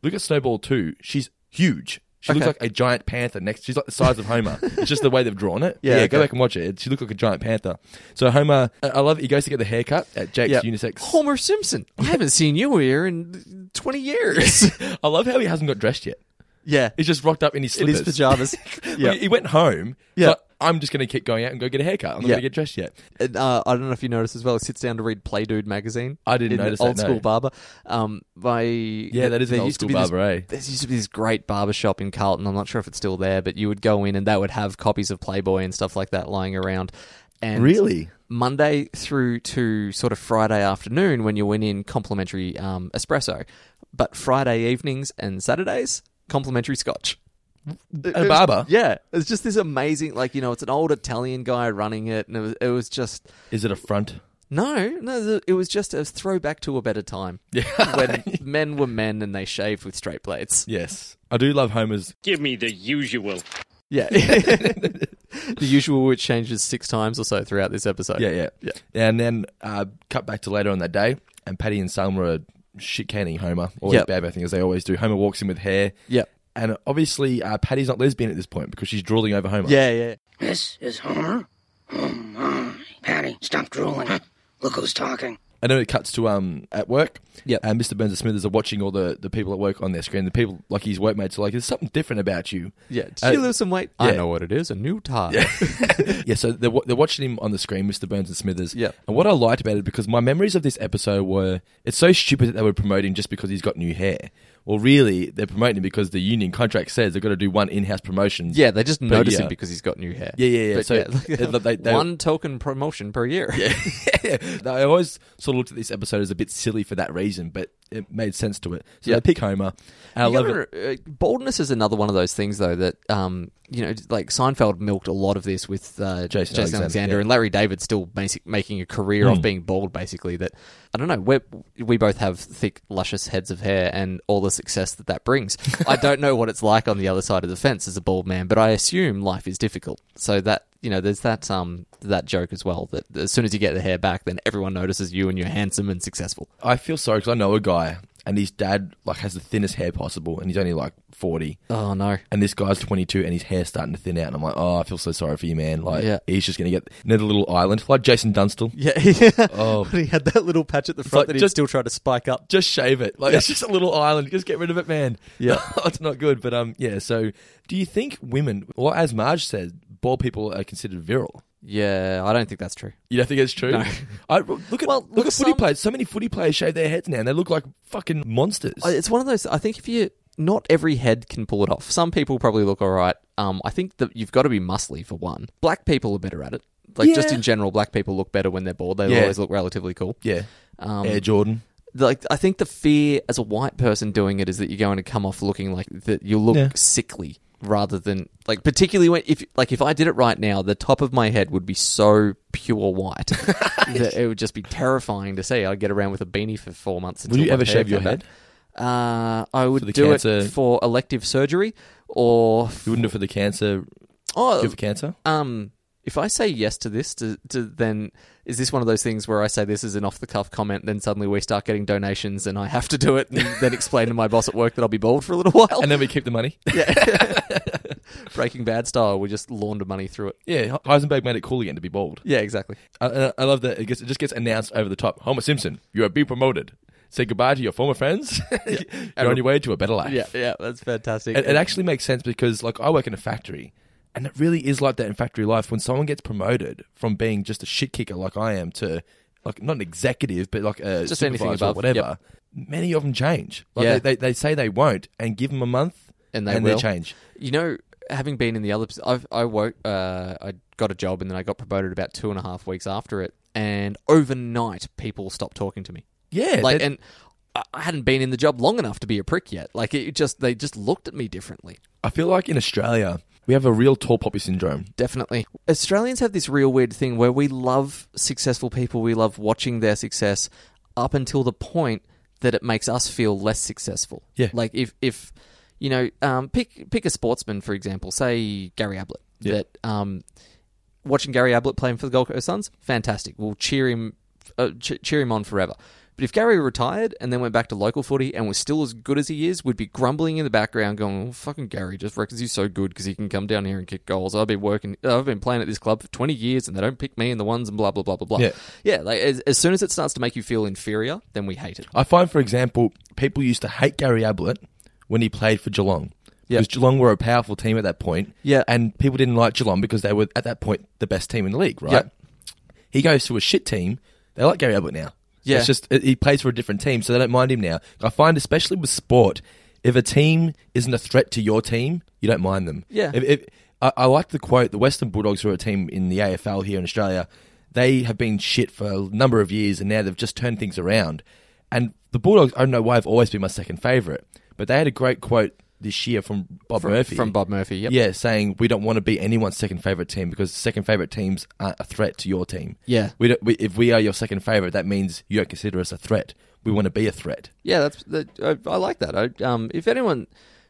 Speaker 2: look at Snowball Two. She's huge. She looks
Speaker 1: Okay.
Speaker 2: like a giant panther. Next, she's like the size of Homer. it's just the way they've drawn it.
Speaker 1: Yeah,
Speaker 2: go
Speaker 1: okay.
Speaker 2: back and watch it. She looks like a giant panther. So Homer, I I love. It. He goes to get the haircut at Jake's
Speaker 1: Yeah.
Speaker 2: unisex.
Speaker 1: Homer Simpson. I haven't seen you here in 20 years.
Speaker 2: I love how he hasn't got dressed yet.
Speaker 1: yeah.
Speaker 2: He's just rocked up in his
Speaker 1: In
Speaker 2: slippers.
Speaker 1: his pajamas. yeah.
Speaker 2: He- He went home.
Speaker 1: Yeah.
Speaker 2: but I'm just going to keep going out and go get a haircut. I'm not
Speaker 1: Yeah.
Speaker 2: going to get dressed yet.
Speaker 1: And, uh, I don't know if you noticed as well. He sits down to read Play Dude magazine.
Speaker 2: I didn't
Speaker 1: in the
Speaker 2: notice that,
Speaker 1: Old school
Speaker 2: no.
Speaker 1: barber. Um, by yeah,
Speaker 2: that is an old school barber, eh?
Speaker 1: There used to be this great barber shop in Carlton. I'm not sure if it's still there, but you would go in and they would have copies of Playboy and stuff like that lying around. And
Speaker 2: Really?
Speaker 1: Monday through to sort of Friday afternoon when you went in complimentary um, espresso, but Friday evenings and Saturdays complimentary scotch. It was-
Speaker 2: barber?
Speaker 1: Uh, yeah. It's just this amazing, like you know, it's an old Italian guy running it, and it was, it was just
Speaker 2: Is it a front?
Speaker 1: no, no, th- it was just a throwback to a better time when men were men and they shaved with straight blades.
Speaker 2: Yes, I do love Homer's.
Speaker 3: Give me the usual.
Speaker 1: Yeah, the usual which changes six times or so throughout this episode.
Speaker 2: Yeah, yeah, yeah. And then uh, cut back to later on that day, and Patty and Selma are shit canning Homer, always
Speaker 1: Yep.
Speaker 2: bad bad thing as they always do. Homer walks in with hair.
Speaker 1: Yep.
Speaker 2: And obviously, uh, Patty's not lesbian at this point because she's drooling over Homer.
Speaker 1: yeah, yeah.
Speaker 7: This is Homer? Oh, my. Patty, stop drooling. Look who's talking.
Speaker 2: And then it cuts to um at work.
Speaker 1: Yep.
Speaker 2: And Mr. Burns and Smithers are watching all the, the people at work on their screen. The people, like his workmates, are like, there's something different about you.
Speaker 1: Yeah, did
Speaker 2: Uh,
Speaker 1: you lose some weight? I
Speaker 2: yeah.
Speaker 1: know what it is. A new tie.
Speaker 2: Yeah, so they're, wa- they're watching him on the screen, Mr. Burns and Smithers.
Speaker 1: Yep.
Speaker 2: And what I liked about it, because my memories of this episode were, it's so stupid that they would promote him just because he's got new hair. Well, really, they're promoting him because the union contract says they've got to do one in house promotion.
Speaker 1: Yeah, they just notice
Speaker 2: yeah.
Speaker 1: him because he's got new hair.
Speaker 2: Yeah, yeah, yeah.
Speaker 1: But
Speaker 2: So, uh, they- they-
Speaker 1: one token promotion per year.
Speaker 2: I always sort of looked at this episode as a bit silly for that reason, but it made sense to it. So
Speaker 1: Yep.
Speaker 2: they pick Homer. And I
Speaker 1: You
Speaker 2: love it.
Speaker 1: gotta re- uh, Baldness is another one of those things, though, that um, you know, like Seinfeld milked a lot of this with uh,
Speaker 2: Jason
Speaker 1: Jason,
Speaker 2: Alexander,
Speaker 1: Alexander,
Speaker 2: yeah. Hmm.
Speaker 1: and Larry David still basic, making a career of being bald. Basically, that I don't know. We we both have thick, luscious heads of hair, and all the success that that brings. I don't know what it's like on the other side of the fence as a bald man, but I assume life is difficult. So that you know, there's that um that joke as well. That as soon as you get the hair back, then everyone notices you and you're handsome and successful.
Speaker 2: I feel sorry because I know a guy and his dad like has the thinnest hair possible, and he's only like forty,
Speaker 1: Oh no.
Speaker 2: and this guy's twenty two, and his hair's starting to thin out, and I'm like, oh, I feel so sorry for you, man. Like,
Speaker 1: Yeah.
Speaker 2: he's just gonna get another little island, like Jason Dunstall.
Speaker 1: Yeah. yeah.
Speaker 2: Oh.
Speaker 1: But he had that little patch at the front
Speaker 2: like
Speaker 1: that he
Speaker 2: just-
Speaker 1: still tried to spike up.
Speaker 2: Just shave it. Like it's just a little island. Just get rid of it, man.
Speaker 1: Yeah.
Speaker 2: it's not good. But um, yeah. So, do you think women, or as Marge says, bald people are considered virile?
Speaker 1: Yeah, I don't think that's true.
Speaker 2: You don't think it's true? I, look at
Speaker 1: Well,
Speaker 2: look,
Speaker 1: look,
Speaker 2: at footy
Speaker 1: some-
Speaker 2: players. So many footy players shave their heads now. and They look like fucking monsters.
Speaker 1: I- Oh, It's one of those. I think if you not every head can pull it off. Some people probably look all right. Um, I think that you've got to be muscly for one. Black people are better at it. Like just
Speaker 2: Yeah.
Speaker 1: in general, black people look better when they're bald. They
Speaker 2: Yeah.
Speaker 1: always look relatively cool.
Speaker 2: yeah,
Speaker 1: Um,
Speaker 2: Air Jordan.
Speaker 1: Like I think the fear as a white person doing it is that you're going to come off looking like that. You look
Speaker 2: Yeah.
Speaker 1: sickly rather than like particularly when if like if I did it right now, the top of my head would be so pure white that it would just be terrifying to see. I'd get around with a beanie for four months.
Speaker 2: Will
Speaker 1: until
Speaker 2: you
Speaker 1: my
Speaker 2: ever shave
Speaker 1: came
Speaker 2: your
Speaker 1: back.
Speaker 2: head?
Speaker 1: Uh, I would
Speaker 2: the
Speaker 1: do
Speaker 2: cancer-
Speaker 1: it for elective surgery or
Speaker 2: You wouldn't do it for the cancer. Do it
Speaker 1: oh,
Speaker 2: for cancer.
Speaker 1: um. If I say yes to this, to, to then is this one of those things where I say this is an off the cuff comment, then suddenly we start getting donations, and I have to do it, and then explain to my boss at work that I'll be bald for a little while.
Speaker 2: And then we keep the money.
Speaker 1: Breaking Bad style, we just launder money through it.
Speaker 2: yeah, Heisenberg made it cool again to be bald.
Speaker 1: Yeah, exactly.
Speaker 2: I- I, I love that. It, gets, it just gets announced over the top. Homer Simpson, you are be promoted. Say goodbye to your former friends. You're on your way to a better life.
Speaker 1: Yeah, yeah, that's fantastic.
Speaker 2: It, it actually makes sense because, like, I work in a factory, and it really is like that in factory life. When someone gets promoted from being just a shit kicker like I am to, like, not an executive, but like a
Speaker 1: Just anything
Speaker 2: supervisor or
Speaker 1: above,
Speaker 2: whatever, many of them change. Like,
Speaker 1: Yeah.
Speaker 2: they, they, they say they won't, and give them a month,
Speaker 1: And they
Speaker 2: they
Speaker 1: will.
Speaker 2: change.
Speaker 1: You know, having been in the other, I've, I woke, uh, I got a job, and then I got promoted about two and a half weeks after it, and overnight people stopped talking to me.
Speaker 2: Yeah,
Speaker 1: like
Speaker 2: they-
Speaker 1: and I- I hadn't been in the job long enough to be a prick yet. Like it just they just looked at me differently.
Speaker 2: I feel like in Australia we have a real tall poppy syndrome.
Speaker 1: Definitely. Australians have this real weird thing where we love successful people, we love watching their success up until the point that it makes us feel less successful.
Speaker 2: Yeah.
Speaker 1: Like if if you know, um, pick pick a sportsman for example, say Gary Ablett.
Speaker 2: Yeah.
Speaker 1: That um, watching Gary Ablett playing for the Gold Coast Suns, fantastic. We'll cheer him, uh, ch- cheer him on forever. But if Gary retired and then went back to local footy and was still as good as he is, we'd be grumbling in the background, going, oh, "Fucking Gary just reckons he's so good because he can come down here and kick goals." I've been working, I've been playing at this club for twenty years, and they don't pick me in the ones, and blah blah blah blah blah.
Speaker 2: Yeah.
Speaker 1: yeah. Like as, as soon as it starts to make you feel inferior, then we hate it.
Speaker 2: I find, for example, people used to hate Gary Ablett when he played for Geelong. Because Geelong were a powerful team at that point.
Speaker 1: Yeah.
Speaker 2: And people didn't like Geelong because they were, at that point, the best team in the league, right?
Speaker 1: Yeah.
Speaker 2: He goes to a shit team. They like Gary Ablett now.
Speaker 1: Yeah.
Speaker 2: It's just, he plays for a different team, so they don't mind him now. I find, especially with sport, if a team isn't a threat to your team, you don't mind them.
Speaker 1: Yeah.
Speaker 2: If, if, I, I like the quote the Western Bulldogs, who are a team in the AFL here in Australia, they have been shit for a number of years and now they've just turned things around. And the Bulldogs, I don't know why, have always been my second favourite, but they had a great quote this year from Bob
Speaker 1: From,
Speaker 2: Murphy.
Speaker 1: from Bob Murphy. Yep.
Speaker 2: Yeah, saying we don't want to be anyone's second favorite team because second favorite teams aren't a threat to your team.
Speaker 1: Yeah.
Speaker 2: we don't. We, if we are your second favorite, that means you don't consider us a threat. We want to be a threat.
Speaker 1: Yeah, that's that, I, I like that. I, um, if anyone,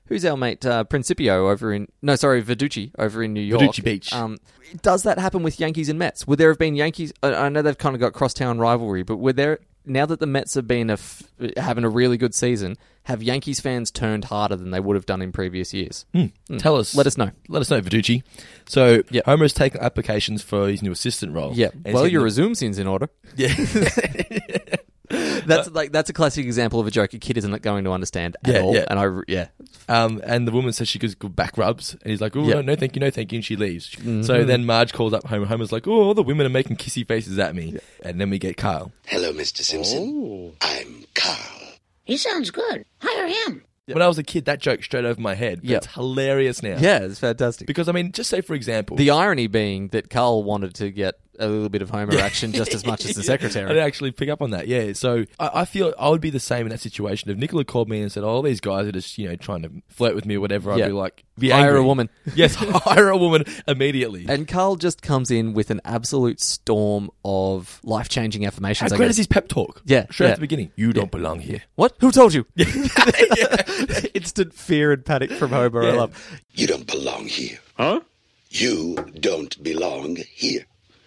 Speaker 1: who's our mate uh, Principio over in no, sorry, Verducci over in New York,
Speaker 2: Verducci Beach.
Speaker 1: Um, does that happen with Yankees and Mets? Would there have been Yankees? I, I know they've kind of got crosstown rivalry, but would there now that the Mets have been a f- having a really good season, have Yankees fans turned harder than they would have done in previous years?
Speaker 2: Hmm. Tell us.
Speaker 1: Hmm. Let us know.
Speaker 2: Let us know, Viducci. So
Speaker 1: Yep.
Speaker 2: Homer's taken applications for his new assistant role.
Speaker 1: Yeah.
Speaker 2: And he's
Speaker 1: Well,
Speaker 2: getting
Speaker 1: your
Speaker 2: the-
Speaker 1: resume scene's in order. That's like that's a classic example of a joke a kid isn't going to understand at
Speaker 2: Yeah,
Speaker 1: all.
Speaker 2: yeah.
Speaker 1: And I re- yeah,
Speaker 2: Um, and the woman says she gives good back rubs, and he's like, "Oh
Speaker 1: Yeah. Mm-hmm.
Speaker 2: no, no, thank you, no, thank you," and she leaves. So then Marge calls up Homer. Homer's like, "Oh, all the women are making kissy faces at me," and then we get Kyle.
Speaker 4: Hello, Mr. Simpson. I'm Carl.
Speaker 7: He sounds good. Hire him.
Speaker 2: When I was a kid, that joke straight over my head. But
Speaker 1: Yeah.
Speaker 2: it's hilarious now.
Speaker 1: yeah, it's fantastic.
Speaker 2: because I mean, just say for example,
Speaker 1: The irony being that Carl wanted to get a little bit of Homer action just as much as the
Speaker 2: I didn't
Speaker 1: secretary.
Speaker 2: actually pick up on that. Yeah, so I, I feel I would be the same in that situation. If Nicola called me and said, "Oh, these guys are just you know trying to flirt with me or whatever," I'd
Speaker 1: Yeah.
Speaker 2: be like, be
Speaker 1: Hire
Speaker 2: angry.
Speaker 1: a woman.
Speaker 2: Yes, hire a woman immediately.
Speaker 1: And Carl just comes in with an absolute storm of life changing
Speaker 2: How
Speaker 1: affirmations. I
Speaker 2: great is
Speaker 1: guess.
Speaker 2: his pep talk?
Speaker 1: Yeah,
Speaker 2: straight
Speaker 1: yeah.
Speaker 2: at the beginning. You don't belong here.
Speaker 1: What? Who told you? Instant fear and panic from Homer. I
Speaker 2: Yeah.
Speaker 1: love.
Speaker 4: You don't belong here.
Speaker 3: Huh?
Speaker 4: You don't belong here.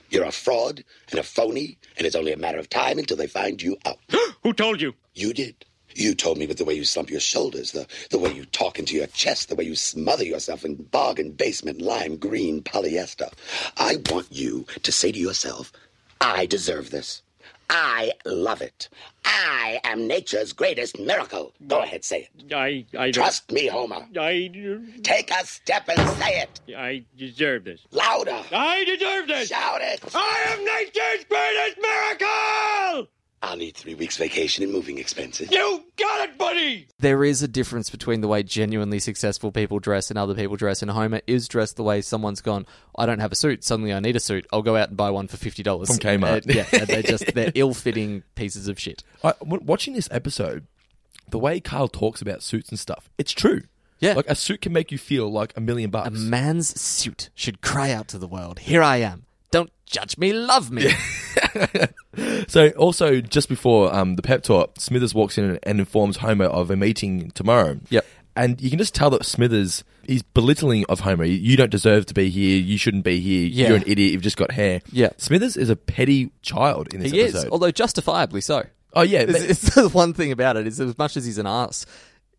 Speaker 4: You're a fraud and a phony, and it's only a matter of time until they find you out.
Speaker 3: Who told you?
Speaker 4: You did. You told me that the way you slump your shoulders, the, the way you talk into your chest, the way you smother yourself in bargain basement lime green polyester. I want you to say to yourself, I deserve this. I love it. I am nature's greatest miracle. Go ahead, say it.
Speaker 3: I, I don't.
Speaker 4: Trust me, Homer.
Speaker 3: I,
Speaker 4: Take a step and say it
Speaker 3: I deserve this.
Speaker 4: louder.
Speaker 3: I deserve this.
Speaker 4: Shout it.
Speaker 3: I am nature's greatest miracle.
Speaker 4: I'll need three weeks vacation and moving expenses.
Speaker 3: You got it, buddy.
Speaker 1: there is a difference between the way genuinely successful people dress and other people dress, and Homer is dressed the way someone's gone. I don't have a suit. Suddenly, I need a suit. I'll go out and buy one for fifty dollars
Speaker 2: From Kmart.
Speaker 1: Uh, yeah, and they're just they're ill-fitting pieces of shit.
Speaker 2: I, w- watching this episode, the way Carl talks about suits and stuff, it's true.
Speaker 1: Yeah.
Speaker 2: like a suit can make you feel like a million bucks.
Speaker 1: A man's suit should cry out to the world, "Here I am! Don't judge me, love me."
Speaker 2: So, also just before um, the pep talk, Smithers walks in and, and informs Homer of a meeting tomorrow.
Speaker 1: Yep.
Speaker 2: And you can just tell that Smithers is belittling of Homer. You don't deserve to be here. You shouldn't be here.
Speaker 1: Yeah.
Speaker 2: You're an idiot. You've just got hair.
Speaker 1: Yeah.
Speaker 2: Smithers is a petty child in this
Speaker 1: He is,
Speaker 2: episode.
Speaker 1: although justifiably so.
Speaker 2: oh yeah.
Speaker 1: It's,
Speaker 2: but-
Speaker 1: it's the one thing about it is, as much as he's an ass,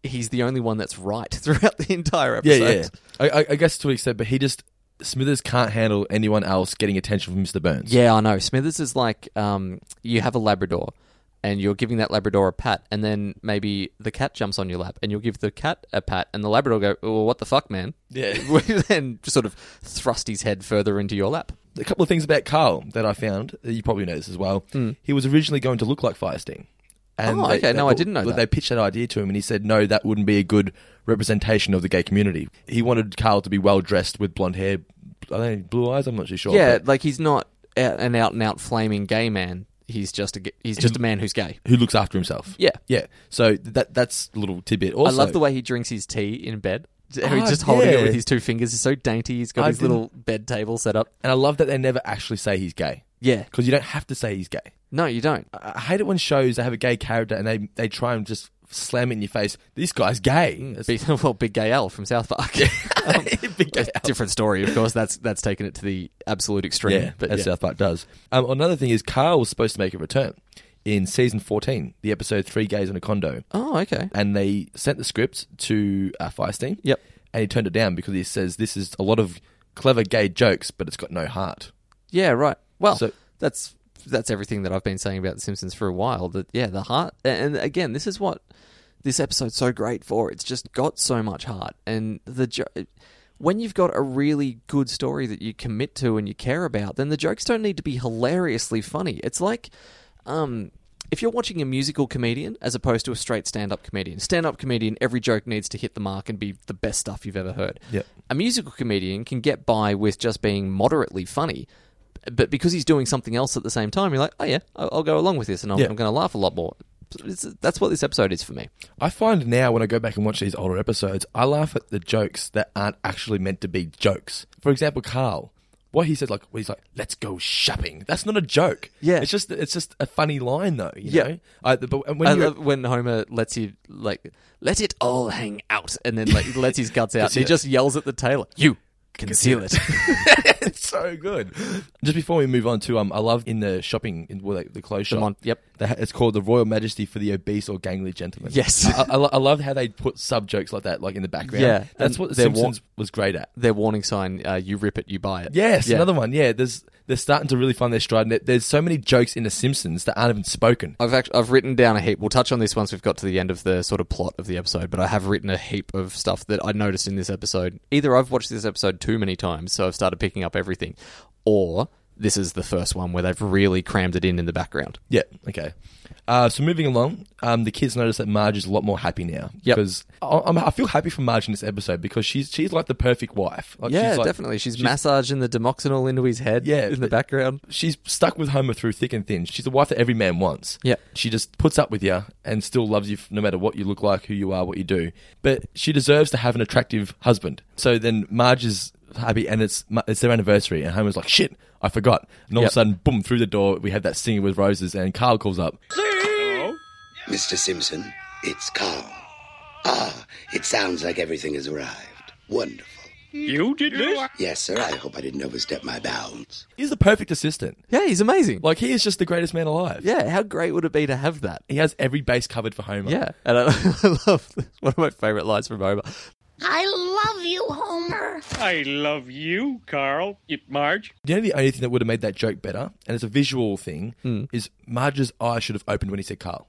Speaker 1: he's the only one that's right throughout the entire
Speaker 2: yeah,
Speaker 1: episode.
Speaker 2: yeah. I, I, I guess to an extent, but he just Smithers can't handle anyone else getting attention from Mr. Burns.
Speaker 1: Yeah, I know. Smithers is like um, you have a Labrador and you're giving that Labrador a pat, and then maybe the cat jumps on your lap and you'll give the cat a pat, and the Labrador will go, well, what the fuck, man?
Speaker 2: Yeah.
Speaker 1: and just sort of thrust his head further into your lap.
Speaker 2: A couple of things about Carl that I found. that You probably know this as well. He was originally going to look like Firestein. And
Speaker 1: Hmm. Oh, okay. No, I didn't know that.
Speaker 2: They pitched that idea to him, and he said, "No, that wouldn't be a good representation of the gay community." He wanted Carl to be well dressed with blonde hair, I don't know, blue eyes. I'm not too sure.
Speaker 1: Yeah,
Speaker 2: but
Speaker 1: like he's not out and out and out flaming gay man. He's just a g- he's just a man who's gay.
Speaker 2: who looks after himself?
Speaker 1: Yeah.
Speaker 2: yeah. So that that's a little tidbit. Also,
Speaker 1: I love the way he drinks his tea in bed. How he's
Speaker 2: Ah,
Speaker 1: just holding
Speaker 2: yeah.
Speaker 1: it with his two fingers. He's so dainty. He's got
Speaker 2: I
Speaker 1: his little bed table set up.
Speaker 2: and I love that they never actually say he's gay
Speaker 1: Yeah.
Speaker 2: because you don't have to say he's gay.
Speaker 1: No, you don't.
Speaker 2: I I hate it when shows they have a gay character and they they try and just slam it in your face. This guy's gay. It's-
Speaker 1: Big, well, Big Gay Al from South Park. Um,
Speaker 2: Big Gay Al.
Speaker 1: Different story, of course. That's that's taken it to the absolute extreme.
Speaker 2: Yeah,
Speaker 1: but
Speaker 2: as South Park does. Um, another thing is Carl was supposed to make a return in season 14, the episode Three Gays in a Condo.
Speaker 1: Oh, okay.
Speaker 2: And they sent the script to uh, Feinstein.
Speaker 1: Yep.
Speaker 2: And he turned it down because he says this is a lot of clever gay jokes, but it's got no heart.
Speaker 1: Yeah, right. Well,
Speaker 2: So-
Speaker 1: that's that's everything that I've been saying about The Simpsons for a while. That yeah, the heart, and again, this is what this episode's so great for. It's just got so much heart, and the jo- when you've got a really good story that you commit to and you care about, then the jokes don't need to be hilariously funny. It's like, um. If you're watching a musical comedian as opposed to a straight stand-up comedian, stand-up comedian, every joke needs to hit the mark and be the best stuff you've ever heard.
Speaker 2: Yep.
Speaker 1: A musical comedian can get by with just being moderately funny, but because he's doing something else at the same time, you're like, oh yeah, I'll, I'll go along with this, and I'm,
Speaker 2: Yeah.
Speaker 1: I'm going to laugh a lot more. It's, that's what this episode is for me.
Speaker 2: I find now when I go back and watch these older episodes, I laugh at the jokes that aren't actually meant to be jokes. For example, Carl, what he said, like when he's like, "Let's go shopping." That's not a joke.
Speaker 1: Yeah.
Speaker 2: it's just it's just a funny line though. You
Speaker 1: Yeah.
Speaker 2: know? I, but when
Speaker 1: I
Speaker 2: you-
Speaker 1: love when Homer lets you like let it all hang out, and then like lets his guts out. and he
Speaker 2: it.
Speaker 1: just yells at the tailor, "You conceal it."
Speaker 2: it's so good. Just before we move on to um, I love in the shopping in well, like, the clothes shop.
Speaker 1: Mon- yep.
Speaker 2: they ha- it's called the Royal Majesty for the Obese or Gangly Gentleman.
Speaker 1: Yes.
Speaker 2: I, I, lo- I love how they put sub jokes like that, like in the background.
Speaker 1: Yeah.
Speaker 2: that's
Speaker 1: And
Speaker 2: what The
Speaker 1: they're wa-
Speaker 2: Simpsons was great at.
Speaker 1: Their warning sign: uh, "You rip it, you buy it."
Speaker 2: Yes,
Speaker 1: Yeah.
Speaker 2: another one. Yeah, there's they're starting to really find their stride. And there- there's so many jokes in The Simpsons that aren't even spoken.
Speaker 1: I've actually, I've written down a heap. We'll touch on this once we've got to the end of the sort of plot of the episode, but I have written a heap of stuff that I noticed in this episode. Either I've watched this episode too many times, so I've started picking up everything, or this is the first one where they've really crammed it in in the background.
Speaker 2: Yeah. Okay. Uh, so moving along, um, the kids notice that Marge is a lot more happy now.
Speaker 1: Yep.
Speaker 2: Because I, I'm, I feel happy for Marge in this episode because she's she's like the perfect wife. Like,
Speaker 1: yeah,
Speaker 2: she's like-
Speaker 1: definitely. She's, massaging the demoxenol into his head
Speaker 2: Yeah,
Speaker 1: in the
Speaker 2: but-
Speaker 1: background.
Speaker 2: She's stuck with Homer through thick and thin. She's the wife that every man wants.
Speaker 1: Yep.
Speaker 2: She just puts up with you and still loves you f- no matter what you look like, who you are, what you do. But she deserves to have an attractive husband. So then Marge is happy and it's Ma- it's their anniversary and Homer's like, shit, I forgot. And all
Speaker 1: Yep.
Speaker 2: of a sudden, boom, through the door, we have that singing with roses and Carl calls up.
Speaker 3: Hello?
Speaker 4: Mr. Simpson, it's Carl. Ah, it sounds like everything has arrived. Wonderful.
Speaker 3: You did this?
Speaker 4: Yes, sir. I hope I didn't overstep my bounds.
Speaker 2: He's the perfect assistant.
Speaker 1: Yeah, he's amazing.
Speaker 2: Like he is just the greatest man alive.
Speaker 1: yeah, how great would it be to have that?
Speaker 2: He has every base covered for Homer.
Speaker 1: Yeah, and I, I love one of my favorite lines from Homer.
Speaker 9: I love you, Homer.
Speaker 3: I love you, Carl. You- Marge.
Speaker 2: You know the only thing that would have made that joke better, and it's a visual thing,
Speaker 1: Hmm.
Speaker 2: is Marge's eye should have opened when he said Carl.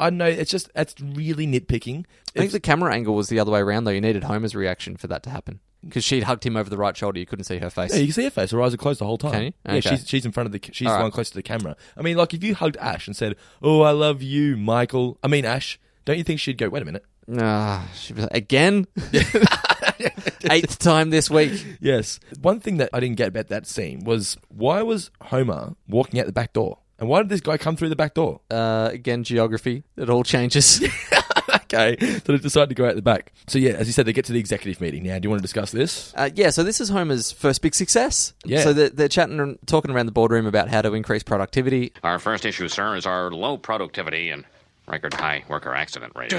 Speaker 2: I know it's just that's really nitpicking.
Speaker 1: I think the camera angle was the other way around, though. You needed Homer's reaction for that to happen because she'd hugged him over the right shoulder. You couldn't see her face.
Speaker 2: Yeah, you can see her face. Her eyes are closed the whole time.
Speaker 1: Can you?
Speaker 2: Yeah,
Speaker 1: Okay.
Speaker 2: she's she's in front of the ca- she's the
Speaker 1: right.
Speaker 2: one close to the camera. I mean, like if you hugged Ash and said, "Oh, I love you, Michael," I mean Ash, don't you think she'd go, "Wait a minute"?
Speaker 1: Ah, she was like, again, eighth time this week.
Speaker 2: Yes. One thing that I didn't get about that scene was why was Homer walking out the back door, and why did this guy come through the back door?
Speaker 1: Uh, again, geography. It all changes.
Speaker 2: okay, so they decided to go out the back. So yeah, as you said, they get to the executive meeting. Now, do you want to discuss this?
Speaker 1: Uh, yeah, so this is Homer's first big success.
Speaker 2: Yeah.
Speaker 1: So they're, they're chatting and talking around the boardroom about how to increase productivity.
Speaker 6: Our first issue, sir, is our low productivity and record high worker accident rate.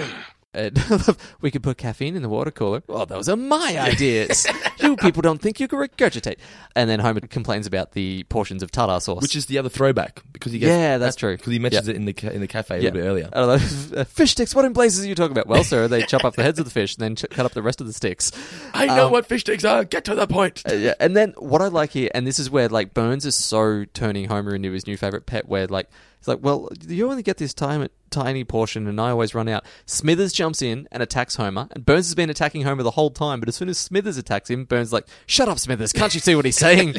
Speaker 1: And we could put caffeine in the water cooler. Well, those are my ideas. you people don't think you can regurgitate. And then Homer complains about the portions of tartar sauce.
Speaker 2: Which is the other throwback because he gets,
Speaker 1: Yeah, that's true.
Speaker 2: because he mentions
Speaker 1: Yeah.
Speaker 2: it in the ca- in the cafe a
Speaker 1: yeah. Uh,
Speaker 2: little bit earlier.
Speaker 1: I don't know. Fish sticks, what in blazes are you talking about? Well, sir, they chop up the heads of the fish and then ch- cut up the rest of the sticks.
Speaker 2: I know what fish sticks are. Get to the point.
Speaker 1: um, Uh, yeah, and then what I like here, and this is where like Burns is so turning Homer into his new favorite pet. Where like he's like, well, you only get this time tiny portion, and I always run out. Smithers jumps in and attacks Homer, and Burns has been attacking Homer the whole time. But as soon as Smithers attacks him, Burns is like, shut up, Smithers! Can't you see what he's saying?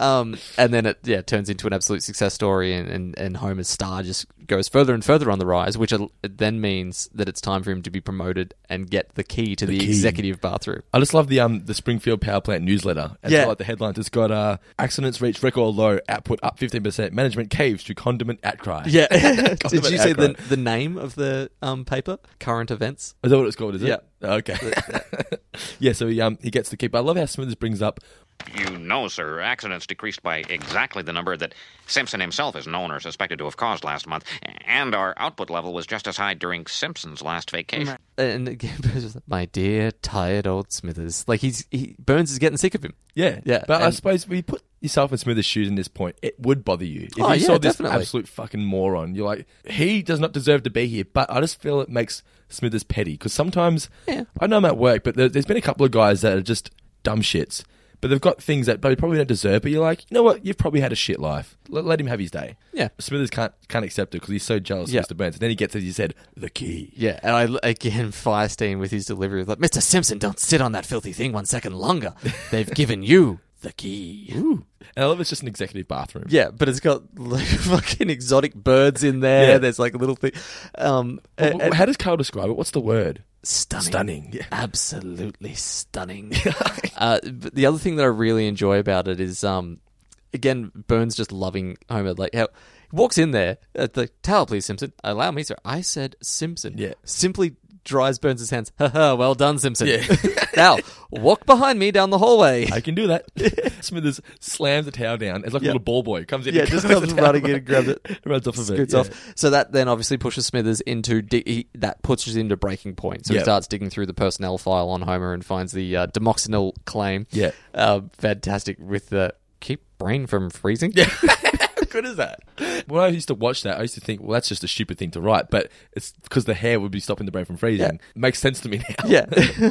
Speaker 1: um, and then it yeah turns into an absolute success story, and, and and Homer's star just goes further and further on the rise, which al- it then means that it's time for him to be promoted and get the key to the,
Speaker 2: key.
Speaker 1: executive bathroom.
Speaker 2: I just love the um the Springfield Power Plant newsletter. It's
Speaker 1: Yeah.
Speaker 2: got, like the headlines. It's got uh, accidents reach record low, output up fifteen percent, management caves to condiment outcry.
Speaker 1: Yeah. Did
Speaker 2: about
Speaker 1: you say the,
Speaker 2: Ackroyd.
Speaker 1: the name of the um, paper? Current events.
Speaker 2: Is that what it's called? Is it?
Speaker 1: Yeah.
Speaker 2: Okay. yeah. So he um he gets to keep. I love how Smithers brings up
Speaker 6: You know, sir, accidents decreased by exactly the number that Simpson himself is known or suspected to have caused last month, and our output level was just as high during Simpson's last vacation.
Speaker 1: And again, Burns was like, my dear, tired old Smithers. Like he's he, Burns is getting sick of him.
Speaker 2: Yeah,
Speaker 1: Yeah,
Speaker 2: But I
Speaker 1: and-
Speaker 2: suppose we put yourself in Smithers' shoes in this point. It would bother you if
Speaker 1: Oh,
Speaker 2: you
Speaker 1: yeah,
Speaker 2: saw this
Speaker 1: definitely.
Speaker 2: absolute fucking moron. You're like, he does not deserve to be here. But I just feel it makes Smithers petty because sometimes
Speaker 1: Yeah.
Speaker 2: I know I'm at work, but there, there's been a couple of guys that are just dumb shits. But they've got things that they probably don't deserve. But you're like, you know what? You've probably had a shit life. Let, let him have his day.
Speaker 1: Yeah.
Speaker 2: Smithers can't can't accept it because he's so jealous
Speaker 1: Yeah.
Speaker 2: of Mr. Burns. And then he gets, as you said, the key.
Speaker 1: Yeah, and I again Firestein with his delivery of like, Mr. Simpson, don't sit on that filthy thing one second longer. They've given you the key.
Speaker 2: And I love it's just an executive bathroom.
Speaker 1: Yeah, but it's got like fucking exotic birds in there.
Speaker 2: Yeah.
Speaker 1: There's like a little thing. Um, and- and-
Speaker 2: How does Carl describe it? What's the word?
Speaker 1: stunning,
Speaker 2: Stunning, yeah.
Speaker 1: absolutely stunning. uh, but the other thing that I really enjoy about it is, um, again, Burns just loving Homer. Like how he walks in there at the towel, please, Simpson. Allow me, sir. I said Simpson.
Speaker 2: Yeah.
Speaker 1: Simply dries Burns' hands. Ha ha. Well done, Simpson.
Speaker 2: Yeah.
Speaker 1: now walk behind me down the hallway.
Speaker 2: I can do that. Smithers slams the towel down. It's like a little ball boy comes in.
Speaker 1: Yeah,
Speaker 2: and
Speaker 1: just
Speaker 2: covers
Speaker 1: comes
Speaker 2: the towel.
Speaker 1: running in, grabs it,
Speaker 2: runs off of it.
Speaker 1: Scoots
Speaker 2: yeah.
Speaker 1: off. So that then obviously pushes Smithers into di- he, that pushes him to breaking point. So
Speaker 2: Yeah.
Speaker 1: he starts digging through the personnel file on Homer and finds the uh, Demoxenil claim.
Speaker 2: Yeah.
Speaker 1: um, fantastic with the keep brain from freezing. Yeah,
Speaker 2: How good is that? When I used to watch that, I used to think, well, that's just a stupid thing to write, but it's because the hair would be stopping the brain from freezing.
Speaker 1: Yeah.
Speaker 2: It makes sense to me now.
Speaker 1: yeah.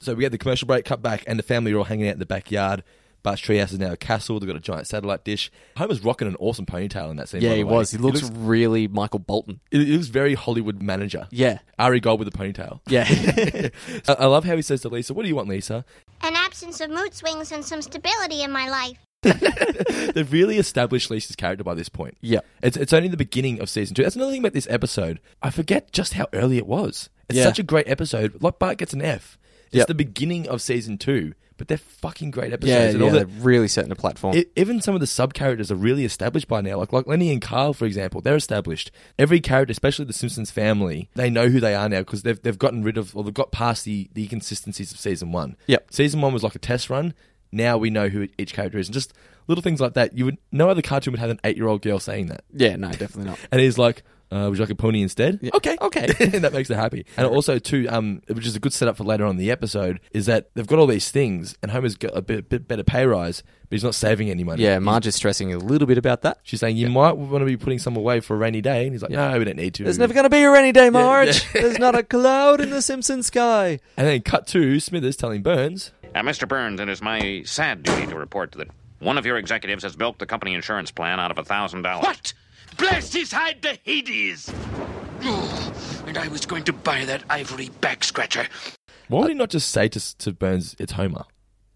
Speaker 2: so we had the commercial break, cut back, and the family are all hanging out in the backyard. Bart's treehouse is now a castle. They've got a giant satellite dish. Homer's rocking an awesome ponytail in that scene. by
Speaker 1: yeah
Speaker 2: the
Speaker 1: he
Speaker 2: way.
Speaker 1: was. He looks, really Michael Bolton.
Speaker 2: It, it was very Hollywood manager.
Speaker 1: Yeah.
Speaker 2: Ari Gold with a ponytail.
Speaker 1: Yeah,
Speaker 2: I, I love how he says to Lisa, "What do you want, Lisa?"
Speaker 9: An absence of mood swings and some stability in my life.
Speaker 2: They've really established Lisa's character by this point.
Speaker 1: Yeah.
Speaker 2: It's, it's only the beginning of season two. That's another thing about this episode. I forget just how early it was. It's
Speaker 1: Yeah.
Speaker 2: such a great episode. Like Bart gets an F. It's
Speaker 1: Yep.
Speaker 2: the beginning of season two, but they're fucking great episodes.
Speaker 1: yeah,
Speaker 2: and all
Speaker 1: yeah.
Speaker 2: the,
Speaker 1: they're really setting a platform.
Speaker 2: e- even some of the sub characters are really established by now. Like like Lenny and Carl, for example, they're established. Every character, especially the Simpsons family, they know who they are now because they've they've gotten rid of or they've got past the the inconsistencies of season one.
Speaker 1: Yep.
Speaker 2: season one was like a test run. Now we know who each character is, and just little things like that. You would no other cartoon would have an eight year old girl saying that,
Speaker 1: yeah, no, definitely not.
Speaker 2: and he's like. Uh, would you like a pony instead? Okay,
Speaker 1: Okay.
Speaker 2: that makes her happy. And also, too, um, which is a good setup for later on in the episode, is that they've got all these things, and Homer's got a bit, bit better pay rise, but he's not saving any money.
Speaker 1: Yeah, Marge is stressing a little bit about that.
Speaker 2: She's saying you might want to be putting some away for a rainy day, and he's like, "No, we don't need to."
Speaker 1: There's never going to be a rainy day, Marge.
Speaker 2: Hmm. yeah.
Speaker 1: There's not a cloud in the Simpson sky.
Speaker 2: and then cut to Smithers telling Burns,
Speaker 6: Uh, Mr. Burns, it is my sad duty to report that one of your executives has milked the company insurance plan out of a thousand dollars.
Speaker 8: What? Bless his hide the Hades! Ugh, and I was going to buy that ivory back scratcher.
Speaker 2: "Why would he not just say to, to Burns, it's Homer?"